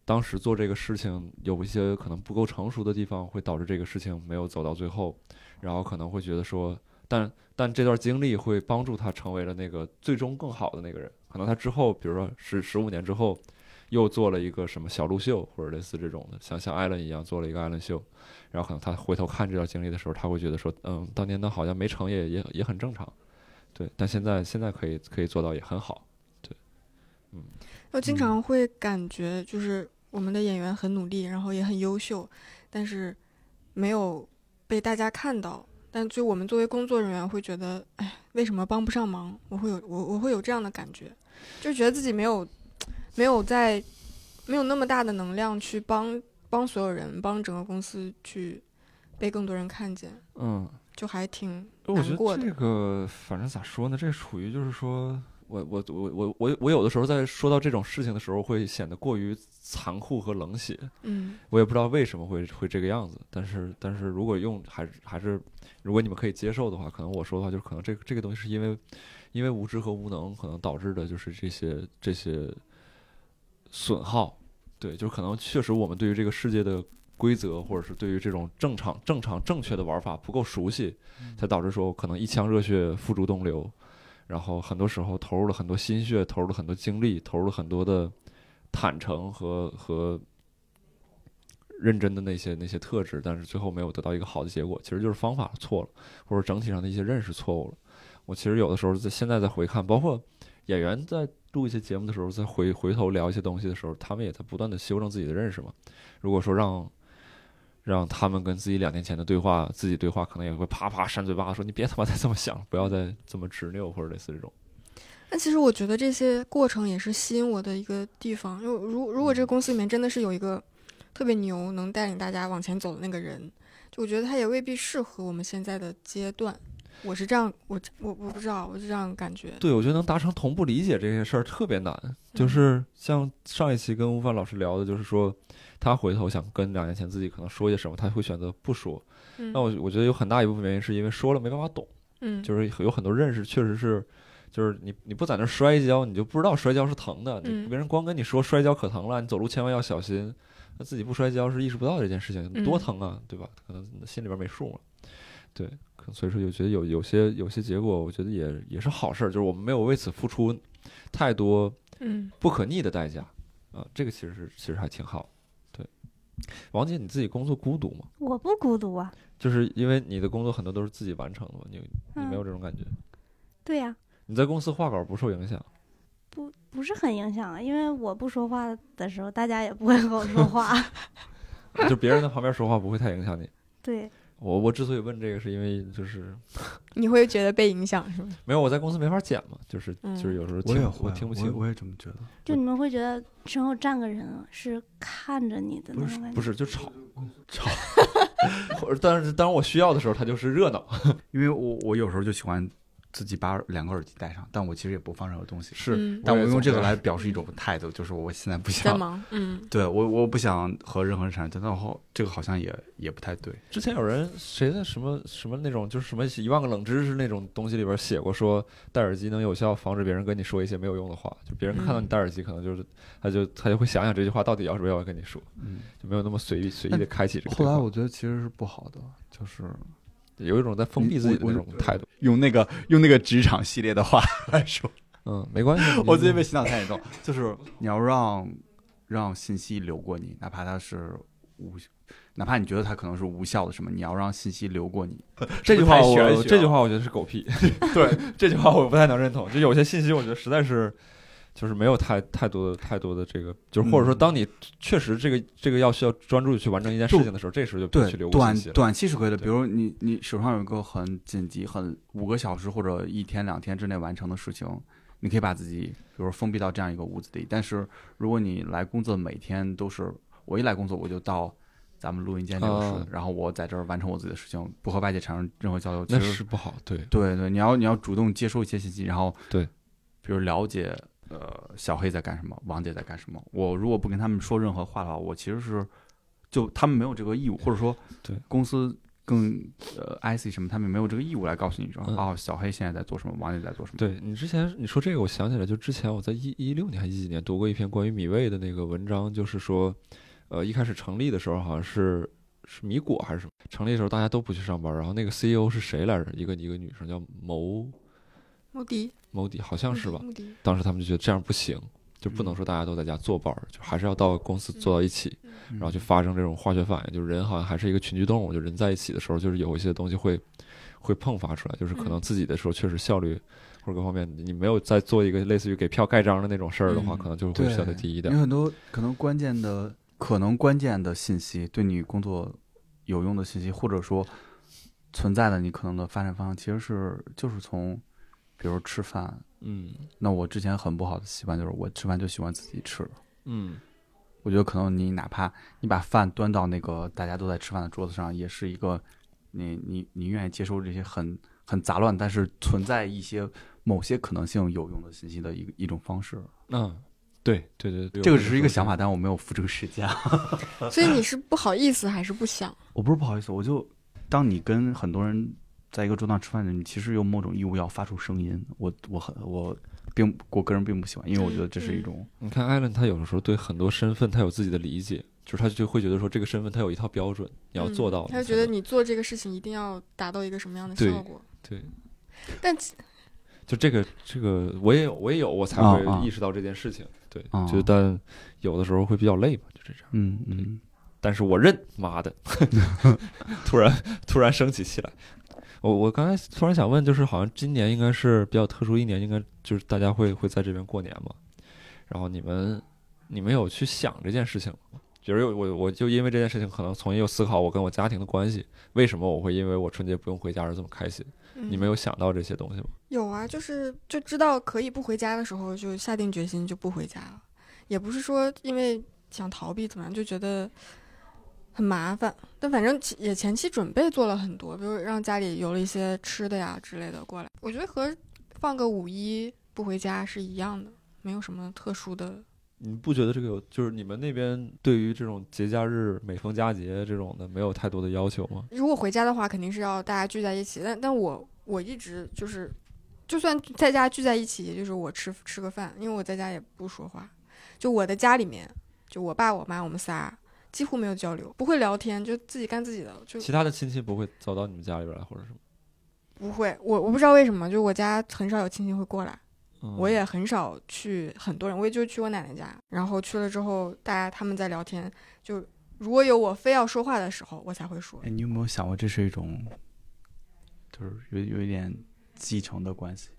A: 当时做这个事情有一些可能不够成熟的地方，会导致这个事情没有走到最后，然后可能会觉得说，但但这段经历会帮助他成为了那个最终更好的那个人，可能他之后，比如说十十五年之后。又做了一个什么小鹿秀，或者类似这种的，像像艾伦一样做了一个艾伦秀，然后可能他回头看这段经历的时候，他会觉得说，嗯，当年那好像没成也也也很正常，对，但现在现在可以可以做到也很好，对，
C: 我经常会感觉就是我们的演员很努力，然后也很优秀，但是没有被大家看到。但就我们作为工作人员会觉得，哎，为什么帮不上忙？我会有我我会有这样的感觉，就觉得自己没有没有在没有那么大的能量去帮帮所有人，帮整个公司去被更多人看见，
E: 嗯，
C: 就还挺
E: 我觉
C: 难过
E: 得
C: 的。
E: 这个反正咋说呢，这处于就是说，
A: 我我我我我我有的时候在说到这种事情的时候，会显得过于残酷和冷血。
C: 嗯，
A: 我也不知道为什么会会这个样子，但是但是如果用还是还是，如果你们可以接受的话，可能我说的话就是可能这个这个东西是因为因为无知和无能可能导致的就是这些这些损耗，对，就是可能确实我们对于这个世界的规则或者是对于这种正常正常正确的玩法不够熟悉，才导致说可能一腔热血付诸东流，然后很多时候投入了很多心血，投入了很多精力，投入了很多的坦诚和和认真的那些那些特质，但是最后没有得到一个好的结果，其实就是方法错了，或者整体上的一些认识错误了。我其实有的时候在现在在回看，包括演员在录一些节目的时候，在回回头聊一些东西的时候，他们也在不断的修正自己的认识嘛。如果说让让他们跟自己两年前的对话，自己对话可能也会啪啪扇嘴巴，说你别他妈再这么想了，不要再这么执拗或者类似这种。
C: 但其实我觉得这些过程也是吸引我的一个地方，因为如如
A: 嗯
C: 果这个公司里面真的是有一个特别牛，能带领大家往前走的那个人，就我觉得他也未必适合我们现在的阶段。我是这样，我我我不知道，我是这样感觉。嗯
A: 对，我觉得能达成同步理解这些事儿特别难。就是像上一期跟吴凡老师聊的，就是说他回头想跟两年前自己可能说些什么，他会选择不说。
C: 嗯
A: 那我我觉得有很大一部分原因是因为说了没办法懂，
C: 嗯，
A: 就是有很多认识确实是，就是你你不在那儿摔跤，你就不知道摔跤是疼的。
C: 嗯
A: 你别人光跟你说摔跤可疼了，你走路千万要小心，那自己不摔跤是意识不到这件事情，多
C: 嗯
A: 疼啊，对吧？可能心里边没数嘛。对，可所以说有觉得有有些有些结果，我觉得也也是好事儿，就是我们没有为此付出太多
C: 嗯，
A: 不可逆的代价啊、这个其实是其实还挺好。对，王姐你自己工作孤独吗？
D: 我不孤独啊，
A: 就是因为你的工作很多都是自己完成的嘛，你你没有
D: 嗯，
A: 这种感觉？
D: 对呀、
A: 你在公司画稿不受影响？
D: 不不是很影响啊，因为我不说话的时候，大家也不会和我说话。
A: 就别人在旁边说话不会太影响你。
D: 对，
A: 我我之所以问这个，是因为就是
C: 你会觉得被影响是吗？
A: 没有我在公司没法剪嘛，就是
C: 嗯
A: 就是有时候
B: 我
A: 听
B: 也
A: 我
B: 会，啊
A: 听不
B: 我也
A: 清，
B: 我也这么觉得。
A: 嗯
D: 就你们会觉得身后站个人啊是看着你的那种感觉，
A: 不是就吵
B: 嗯
A: 吵， 或者但是当我需要的时候，它就是热闹，
B: 因为我我有时候就喜欢自己把两个耳机戴上，但我其实也不放任何东西，
A: 是，
C: 嗯
B: 但我用这个
A: 我也
B: 来表示一种态度，就是我现在不
C: 在
A: 啊
B: 想，
C: 忙。嗯，
B: 对我我不想和任何人产生争斗，后这个好像也也不太对。
A: 之前有人谁在什么什么那种就是什么一万个冷知识那种东西里边写过说戴耳机能有效防止别人跟你说一些没有用的话，就别人看到
B: 嗯
A: 你戴耳机，可能就是他就他就会想想这句话到底要不要跟你说，
B: 嗯，
A: 就没有那么随意随意的开启这个对
B: 后
A: 话。
B: 来我觉得其实是不好的，就是
A: 有一种在封闭自己的
B: 我
A: 那
B: 我
A: 种态度。
B: 用那个用那个职场系列的话 来说，，
A: 嗯，没关系
B: 我最近被洗脑太严重，就是你要让让信息流过你，哪怕它是无。哪怕你觉得它可能是无效的什么，你要让信息流过你。
A: 这句话
B: 太玄学
A: 我
B: 了
A: 这句话我觉得是狗屁， 对这句话我不太能认同。就有些信息我觉得实在是就是没有太太多的太多的这个，就是或者说
B: 嗯
A: 当你确实这个这个要需要专注地去完成一件事情的时候，这时候就不
B: 对
A: 去留，过
B: 短
A: 信息了。
B: 短期是可以的，
A: 对
B: 比如你你手上有一个很紧急、很五个小时或者一天两天之内完成的事情，你可以把自己，比如说封闭到这样一个屋子里。但是如果你来工作，每天都是我一来工作我就到咱们录音间这个室，
A: 啊
B: 然后我在这儿完成我自己的事情，不和外界产生任何交流，其
A: 那
B: 实
A: 是不好，对，
B: 对对，你要你要主动接收一些信息，然后
A: 对，
B: 比如了解呃小黑在干什么，王姐在干什么。我如果不跟他们说任何话的话，我其实是就他们没有这个义务，或者说
A: 对
B: 公司更呃 IC 什么，他们没有这个义务来告诉你说、
A: 嗯
B: 哦，小黑现在在做什么，王姐在做什么。
A: 对你之前你说这个，我想起来，就之前我在一一六年还一几年读过一篇关于米味的那个文章，就是说，呃，一开始成立的时候好像是是米果还是什么，成立的时候大家都不去上班，然后那个 CEO 是谁来着？一个一个女生叫牟
C: 穆迪，
A: 牟迪，好像是吧？
C: 穆迪，
A: 当时他们就觉得这样不行，就不能说大家都在家坐班儿，就还是要到公司坐到一起，
B: 嗯
A: 然后就发生这种化学反应，就是人好像还是一个群居动物，就人在一起的时候，就是有一些东西会会迸发出来，就是可能
C: 嗯
A: 自己的时候确实效率或者各方面，你没有再做一个类似于给票盖章的那种事儿的话，
B: 嗯
A: 可能就会
B: 对，
A: 相对低一点
B: 有。很多可能关键的、可能关键的信息，对你工作有用的信息，或者说存在的你可能的发展方向，其实是就是从，比如吃饭。
A: 嗯
B: 那我之前很不好的习惯就是，我吃饭就喜欢自己吃。
A: 嗯
B: 我觉得可能你哪怕你把饭端到那个大家都在吃饭的桌子上，也是一个你你你愿意接收这些很很杂乱，但是存在一些某些可能性有用的信息的一个一种方式。
A: 嗯，对对对对，
B: 这个
A: 我
B: 只
A: 跟
B: 是
A: 你
B: 一个
A: 说
B: 想法，但我没有付这个实践。
C: 所以你是不好意思还是不想？
B: 我不是不好意思，我就当你跟很多人在一个桌上吃饭的时候，你其实有某种义务要发出声音。我我很我并我个人并不喜欢，因为我觉得这是一种
A: 你看艾伦，他有的时候对很多身份他有自己的理解，就是他就会觉得说这个身份他有一套标准，你要做到
C: 嗯
A: 才能。
C: 他就觉得你做这个事情一定要达到一个什么样的效果？
A: 对，
C: 但
A: 就这个这个，我也有我也有，我才
B: 啊
A: 会
B: 啊
A: 意识到这件事情。对，
B: 啊
A: 就但有的时候会比较累吧，就是这样。
B: 嗯嗯
A: 但是我认，妈的， 突然突然生起气来。我我刚才突然想问，就是好像今年应该是比较特殊一年，应该就是大家会会在这边过年嘛？然后你们你们有去想这件事情吗？比如我我就因为这件事情，可能重新又思考我跟我家庭的关系，为什么我会因为我春节不用回家而这么开心？你们
C: 有
A: 有想到这些东西吗？
C: 有啊？就是就知道可以不回家的时候，就下定决心就不回家了，也不是说因为想逃避怎么样，就觉得很麻烦。但反正其也前期准备做了很多，比如让家里邮了一些吃的呀之类的过来。我觉得和放个五一不回家是一样的，没有什么特殊的。
A: 你不觉得这个有就是你们那边对于这种节假日、每逢佳节这种的没有太多的要求吗？
C: 如果回家的话，肯定是要大家聚在一起。但但我我一直就是，就算在家聚在一起，也就是我吃吃个饭，因为我在家也不说话。就我的家里面，就我爸、我妈，我们仨几乎没有交流，不会聊天，就自己干自己的，就
A: 其他的亲戚不会走到你们家里边来，或者什么？
C: 不会。我我不知道为什么，就我家很少有亲戚会过来。
A: 嗯
C: 我也很少去很多人，我也就去我奶奶家，然后去了之后，大家他们在聊天，就如果有我非要说话的时候，我才会说
B: 哎，。你有没有想过这是一种，就是有有一点继承的关系？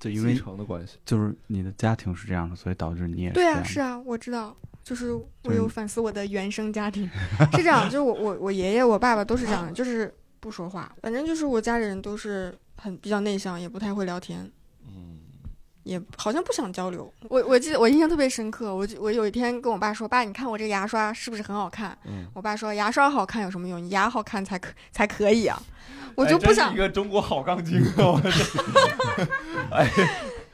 B: 就因
A: 继
B: 为
A: 承的关系。
B: 就是你的家庭是这样的，所以导致你也
C: 对
B: 这
C: 啊，
B: 样
C: 是
B: 的
C: 啊，我知道，就是我
B: 是
C: 有
B: 你
C: 反思我的原生家庭， 是这样，就是我我我爷爷我爸爸都是这样的，就是不说话，反正就是我家里人都是很比较内向，也不太会聊天，
A: 嗯，
C: 也好像不想交流。我我记得我印象特别深刻，我就我有一天跟我爸说：“爸，你看我这个牙刷是不是很好看？”
A: 嗯
C: 我爸说：“牙刷好看有什么用？你牙好看才可才可以啊！”
A: 哎
C: 我就不
B: 哎
C: 想，
A: 个中国好杠精
B: 啊
A: 哦！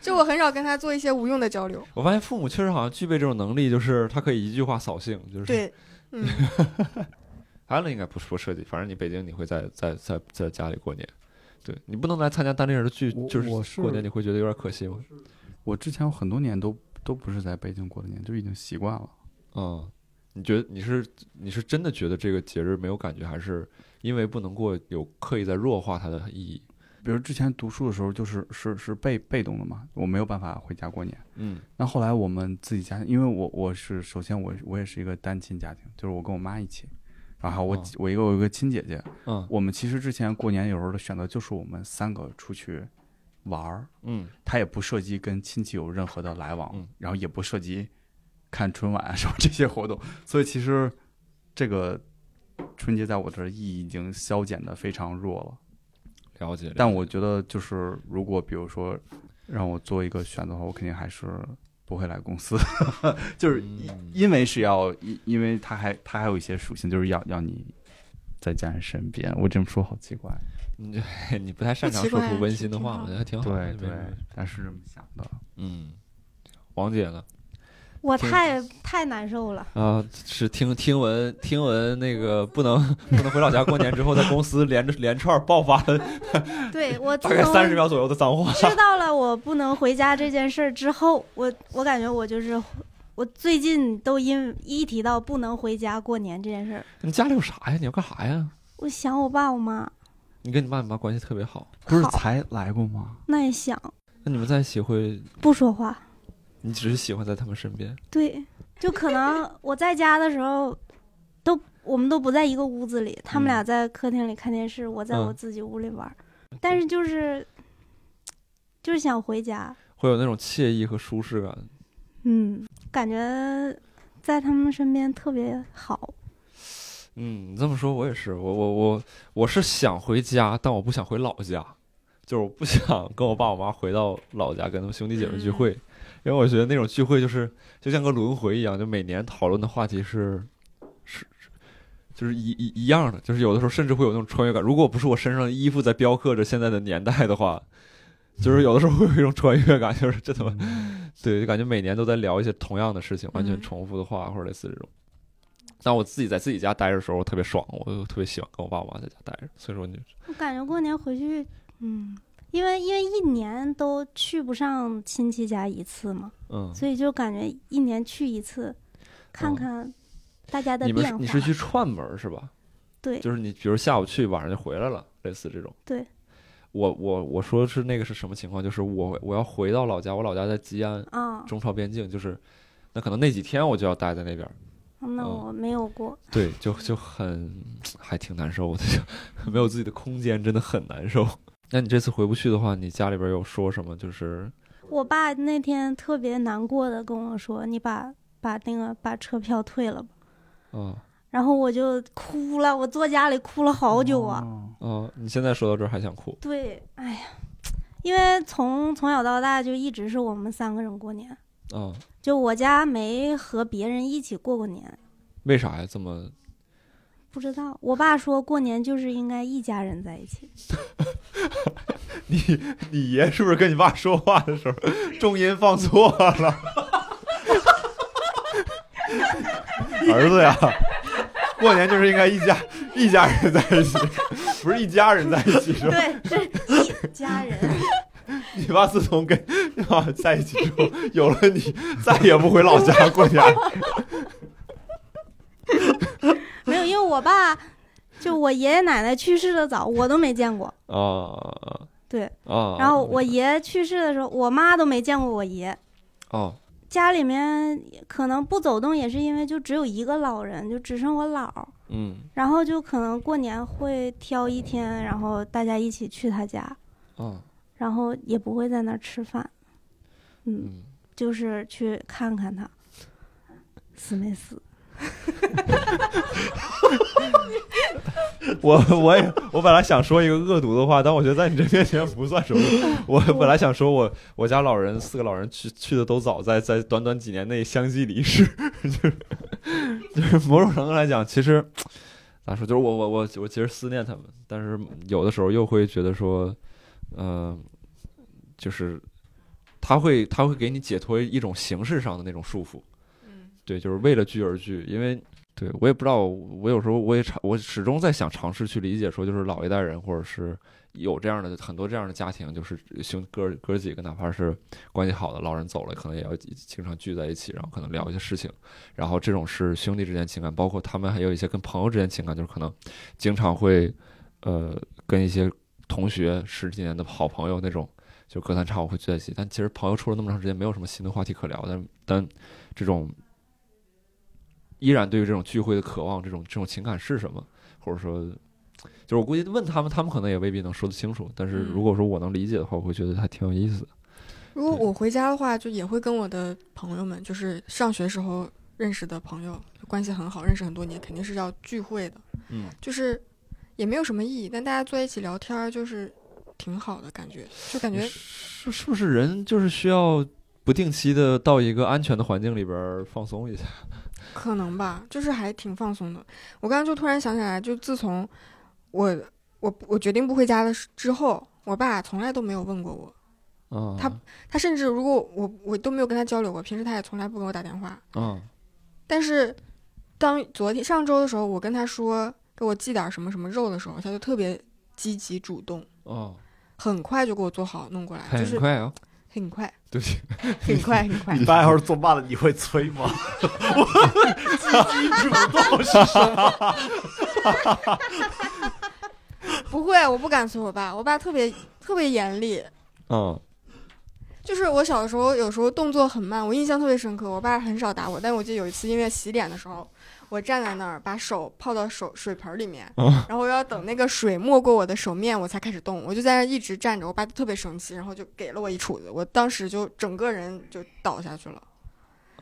C: 就我很少跟他做一些无用的交流。
A: 我发现父母确实好像具备这种能力，就是他可以一句话扫兴，就是。
C: 对，嗯，
A: 安了应该不说设计，反正你北京你会在在在在家里过年，对你不能来参加单立人的聚，
B: 我
A: 就
B: 我是
A: 过年你会觉得有点可惜吗？
B: 我之前有很多年都都不是在北京过的年，就已经习惯了。
A: 嗯，你觉得你是你是真的觉得这个节日没有感觉，还是因为不能过有刻意在弱化它的意义？
B: 比如之前读书的时候，就是是是被被动的嘛，我没有办法回家过年。
A: 嗯
B: 那后来我们自己家，因为我我是首先我我也是一个单亲家庭，就是我跟我妈一起，然后我、
A: 哦
B: 我一个我有一个亲姐姐，
A: 嗯
B: 我们其实之前过年有时候的选择就是我们三个出去玩儿，
A: 嗯
B: 她也不涉及跟亲戚有任何的来往，
A: 嗯
B: 然后也不涉及看春晚啊什么这些活动，所以其实这个春节在我这儿意义已经消减的非常弱了。
A: 了解。
B: 但我觉得就是如果比如说让我做一个选择的话，我肯定还是不会来公司， 就是因
A: 嗯
B: 因为是要因因为他还他还有一些属性，就是要要你在家人身边。我这么说好奇怪，
A: 你你不太擅长
C: 不奇
A: 说
C: 怪
A: 出温馨的
C: 挺
A: 话，
C: 挺
A: 我
C: 好
A: 觉得还挺好的。
B: 对
A: 哦没
B: 对
A: 没，
B: 但是这么想的。
A: 嗯，王姐呢？
D: 我
A: 对
D: 太太难受了。
A: 啊，是听听闻听闻那个不能 不能回老家过年之后，在公司连着连串爆发 了
D: 对我
A: 大
D: 自
A: 概
D: 从
A: 三十秒左右的脏话。
D: 知道了我不能回家这件事儿之后，我我感觉我就是我最近都因一提到不能回家过年这件事儿，
A: 你家里有啥呀？你要干啥呀？
D: 我想我爸我妈，
A: 你跟你爸你妈关系特别好，
B: 不是
D: 好
B: 才来过吗？
D: 那也想
A: 那你们在一起会，
D: 不说话，
A: 你只是喜欢在他们身边。
D: 对，就可能我在家的时候都我们都不在一个屋子里，他们
A: 嗯
D: 俩在客厅里看电视，我在
A: 嗯
D: 我自己屋里玩儿，但是就是就是想回家。
A: 会有那种惬意和舒适感。
D: 嗯，感觉在他们身边特别好。
A: 嗯，你这么说，我也是，我我我我是想回家，但我不想回老家，就是我不 想跟我爸我妈回到老家，跟他们兄弟姐妹聚会，因为我觉得那种聚会就是就像个轮回一样，就每年讨论的话题是是是就是一一一样的，就是有的时候甚至会有那种穿越感。如果不是我身上的衣服在雕刻着现在的年代的话，就是有的时候会有一种穿越感，就是这他妈对，就感觉每年都在聊一些同样的事情，完全
C: 嗯
A: 重复的话或者类似这种。但我自己在自己家待着的时候特别爽，我就特别喜欢跟我爸我妈在家待着，所以说你
D: 我感觉过年回去，嗯，因为因为一年都去不上亲戚家一次嘛，
A: 嗯，
D: 所以就感觉一年去一次，看
A: 哦
D: 看大家的
A: 你们是
D: 变化。
A: 你是去串门儿是吧？
D: 对
A: 就是你比如下午去，晚上就回来了，类似这种。
D: 对，
A: 我我我说的是那个是什么情况？就是我我要回到老家，我老家在吉安
D: 啊、
A: 中朝边境，就是那可能那几天我就要待在那边儿，
D: 那
A: 嗯
D: 我没有过，
A: 对，就就很还挺难受的，就没有自己的空间，真的很难受。 那你这次回不去的话，你家里边儿有说什么？就是
D: 我爸那天特别难过的跟我说：“你把把那个把车票退了吧。
A: 啊”
D: 然后我就哭了，我坐家里哭了好久啊。
B: 哦
A: 啊，你现在说到这儿还想哭？
D: 对，哎呀，因为从从小到大就一直是我们三个人过年，
A: 啊，
D: 就我家没和别人一起过过年，
A: 为啥呀？这么
D: 不知道。我爸说过年就是应该一家人在一起，
A: 你你爷是不是跟你爸说话的时候重音放错了？ 儿子呀，过年就是应该一家一家人在一起， 不是一家人在一起，是吧？
D: 对，这是一家人。
A: 你爸自从跟你爸在一起之后，有了你，再也不回老家过年。
D: 没有，因为我爸就我爷爷奶奶去世的早，我都没见过。
A: 啊
D: 对，
A: 啊
D: 然后我爷去世的时候，我妈都没见过我爷。
A: 哦
D: 家里面可能不走动，也是因为就只有一个老人，就只剩我姥儿。
A: 嗯
D: 然后就可能过年会挑一天，然后大家一起去他家，
A: 啊
D: 然后也不会在那儿吃饭，嗯，
A: 嗯，
D: 就是去看看他死没死。
A: 我我也我本来想说一个恶毒的话，但我觉得在你这面前不算什么。我本来想说我我家老人四个老人去去的都早，在在短短几年内相继离世， 就是就是某种程度来讲，其实咋说，就是我我我我其实思念他们，但是有的时候又会觉得说，嗯、就是他会他会给你解脱一种形式上的那种束缚，
C: 嗯
A: 对，就是为了聚而聚，因为对我也不知道，我有时候我也尝，我始终在想尝试去理解，说就是老一代人或者是有这样的很多这样的家庭，就是兄哥哥几个，哪怕是关系好的老人走了，可能也要经常聚在一起，然后可能聊一些事情，然后这种是兄弟之间情感，包括他们还有一些跟朋友之间情感，就是可能经常会呃跟一些同学十几年的好朋友那种。就隔三差五会聚在一起，但其实朋友处了那么长时间，没有什么新的话题可聊。但但这种依然对于这种聚会的渴望，这种这种情感是什么，或者说，就是我估计问他们，他们可能也未必能说得清楚。但是
C: 嗯
A: 如果说我能理解的话，我会觉得还挺有意思的。
C: 如果我回家的话，就也会跟我的朋友们，就是上学时候认识的朋友，关系很好，认识很多年，肯定是要聚会的。
A: 嗯，
C: 就是也没有什么意义，但大家坐在一起聊天，儿，就是挺好的感觉，就感觉
A: 是是不是人就是需要不定期的到一个安全的环境里边儿放松一下？
C: 可能吧，就是还挺放松的。我刚刚就突然想起来，就自从我我我决定不回家的时之后，我爸从来都没有问过我，
A: 啊，
C: 他他甚至如果我我都没有跟他交流过，平时他也从来不给我打电话。
A: 啊
C: 但是当昨天上周的时候，我跟他说给我寄点什么什么肉的时候，他就特别积极主动，
A: 啊，
C: 很快就给我做好弄过来，就
A: 很
C: 是
A: 快啊，
C: 很快，
A: 对不起，
C: 很快，很快。
F: 你爸要是做慢了，你会催吗？我积极主动是
C: 不会，我不敢催我爸，我爸特别特别严厉。
A: 啊
C: 就是我小的时候，有时候动作很慢，我印象特别深刻。我爸很少打我，但我记得有一次，因为洗脸的时候，我我站在那儿，把手泡到手水盆里面，
E: 嗯
C: 然后我要等那个水没过我的手面，我才开始动。我就在那儿一直站着，我爸特别生气，然后就给了我一杵子。我当时就整个人就倒下去了。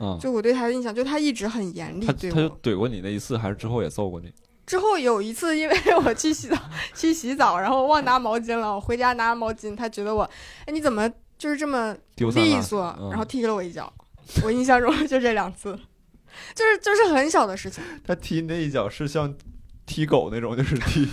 A: 嗯，
C: 就我对他的印象，就他一直很严厉
A: 他
C: 对
A: 他就
C: 我。
A: 怼过你那一次，还是之后也揍过你？
C: 之后有一 次，因为我去洗澡，去洗澡，然后忘拿毛巾了，我回家拿毛巾，他觉得我，哎，你怎么就是这么
A: 丢三
C: 利
A: 落四
C: 索，
A: 嗯
C: 然后踢了我一脚。我印象中 就这两次，就是就是很小的事情。
E: 他踢那一脚是像踢狗那种，就是 踢，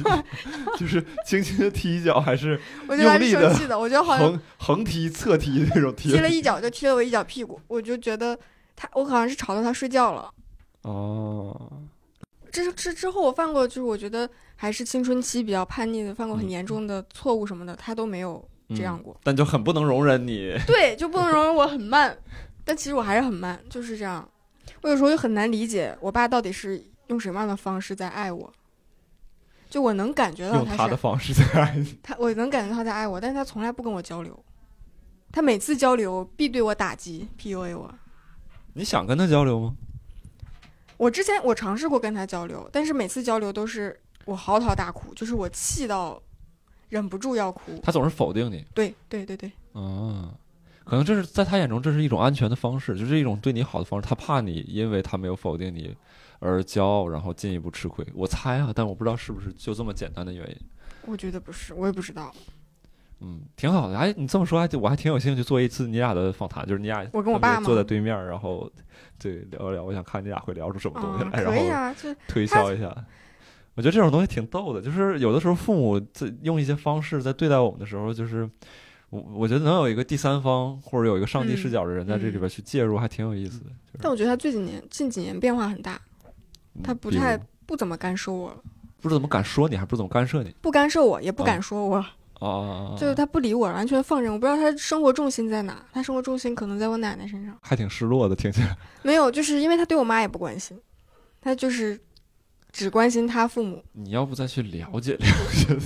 E: 就是轻轻的踢一脚，还是
C: 我觉得他
E: 用
C: 是
E: 力
C: 生
E: 地
C: 气的，我觉得好像
E: 横横踢、侧踢那种踢
C: 踢？了一脚就踢了我一脚屁股，我就觉得他，我好像是吵到他睡觉了。
E: 哦，
C: 之之之后，我犯过就是我觉得还是青春期比较叛逆的，犯过很严重的错误什么的，他都没有这样过。
A: 嗯但就很不能容忍你。
C: 对，就不能容忍我很慢，但其实我还是很慢，就是这样。我有时候就很难理解我爸到底是用什么样的方式在爱我。就我能感觉到
E: 用
C: 他
E: 他
C: 是
E: 的方式在爱你。
C: 他我能感觉到他在爱我，但是他从来不跟我交流。他每次交流必对我打击，PUA 我。
A: 你想跟他交流吗？
C: 我之前我尝试过跟他交流，但是每次交流都是我嚎啕大哭，就是我气到忍不住要哭。
A: 他总是否定你。
C: 对对对对，
A: 啊，可能这是在他眼中，这是一种安全的方式，就是一种对你好的方式。他怕你因为他没有否定你而骄傲，然后进一步吃亏。我猜啊，但我不知道是不是就这么简单的原因。
C: 我觉得不是，我也不知道。
A: 嗯，挺好的。哎，你这么说还我还挺有兴趣做一次你俩的访谈，就是你俩
C: 我跟我爸
A: 分别坐
C: 吗
A: 在对面，然后对聊一聊，我想看你俩会聊出什么东西
C: 啊，
A: 来，
C: 可以
A: 然后
C: 啊，就
A: 推
C: 他
A: 销一下。我觉得这种东西挺逗的，就是有的时候父母在用一些方式在对待我们的时候，就是我我觉得能有一个第三方或者有一个上帝视角的人在这里边去介入，还挺有意思的。就是
C: 但我觉得他最近年近几年变化很大，他
A: 嗯
C: 不
A: 比如
C: 太不怎么干涉我了，
A: 不知怎么敢说你，还不怎么干涉你
C: 不干涉我，也不
A: 啊
C: 敢说我，
A: 啊啊啊啊！
C: 就是他不理我，完全放任。我不知道他生活重心在哪，他生活重心可能在我奶奶身上。
A: 还挺失落的，听起来。
C: 没有，就是因为他对我妈也不关心，他就是只关心他父母。
A: 你要不再去了解了解？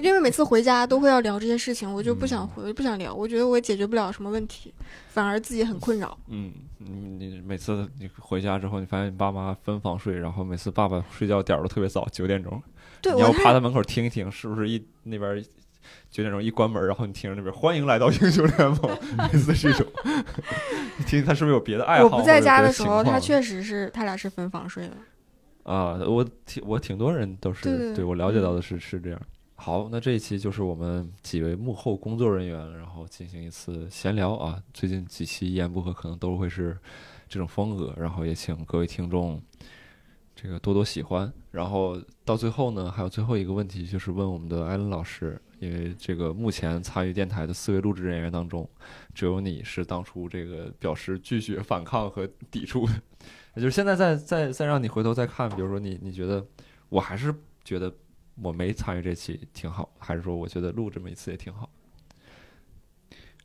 C: 因为每次回家都会要聊这些事情，我就不想
A: 嗯
C: 回，不想聊。我觉得我也解决不了什么问题，反而自己很困扰。
A: 嗯，你你每次你回家之后，你发现你爸妈分房睡，然后每次爸爸睡觉点儿都特别早，九点钟，
C: 对
A: 你
C: 我
A: 要趴
C: 太
A: 在门口听一听，是不是一那边九点钟一关门，然后你听着那边欢迎来到英雄联 盟，类似这种， 你听他是不是有别的爱好？
C: 我不在家的时
A: 或
C: 候，
A: 者别
C: 他
A: 的情
C: 确实是他俩是分房睡的。
A: 况啊，我挺我挺多人都是
C: 对对对
A: 我了解到的是是这样。嗯好，那这一期就是我们几位幕后工作人员，然后进行一次闲聊啊。最近几期一言不合可能都会是这种风格，然后也请各位听众这个多多喜欢。然后到最后呢，还有最后一个问题，就是问我们的艾伦老师，因为这个目前参与电台的四位录制人员当中，只有你是当初这个表示拒绝、反抗和抵触的， 也就是现在再再再让你回头再看，比如说你你觉得我还是觉得我没参与这期挺好，还是说我觉得录这么一次也挺好？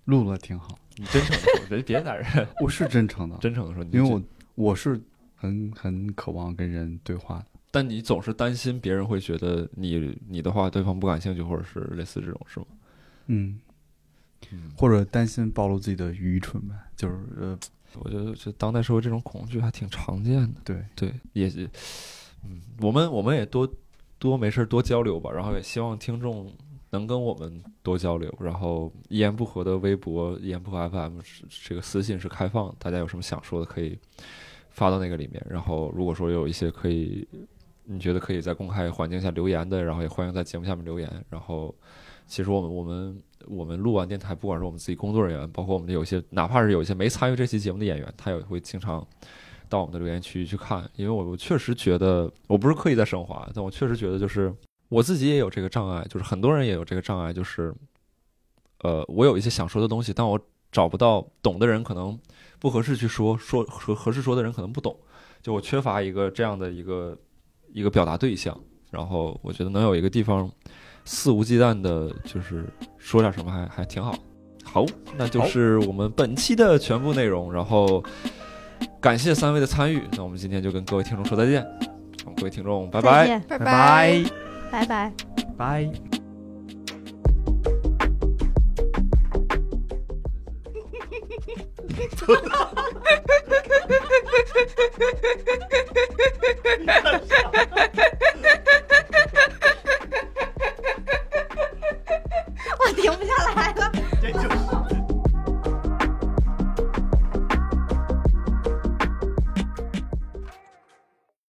B: 录了挺好，
A: 你真诚的说，人别打 人，
B: 我是真诚的，
A: 真诚的说，你
B: 因为
A: 就
B: 我我是很很渴望跟人对话的。
A: 但你总是担心别人会觉得你你的话对方不感兴趣，或者是类似这种是吗？
B: 嗯
A: 嗯，
B: 或者担心暴露自己的愚蠢呗，就是呃，
A: 我觉得这当代社会这种恐惧还挺常见的。
B: 对，
A: 对，也是，嗯，我们我们也多多没事儿多交流吧，然后也希望听众能跟我们多交流，然后一言不合的微博、一言不合 FM 是这个私信是开放的，大家有什么想说的可以发到那个里面，然后如果说有一些可以你觉得可以在公开环境下留言的，然后也欢迎在节目下面留言，然后。其实我们我们我们录完电台，不管是我们自己工作人员，包括我们的有一些，哪怕是有一些没参与这期节目的演员，他也会经常到我们的留言区去看，因为我我确实觉得我不是刻意在升华，但我确实觉得就是我自己也有这个障碍，就是很多人也有这个障碍，就是呃，我有一些想说的东西，但我找不到懂的人，可能不合适去说，说合合适说的人可能不懂，就我缺乏一个这样的一个一个表达对象，然后我觉得能有一个地方肆无忌惮的，就是说点什么还还挺好。好，那就是我们本期的全部内容，然后。感谢三位的参与，那我们今天就跟各位听众说再见，好各位听众，拜拜
D: 再。见，
C: 拜
F: 拜拜。
D: 拜拜。
F: 拜。
D: 停不下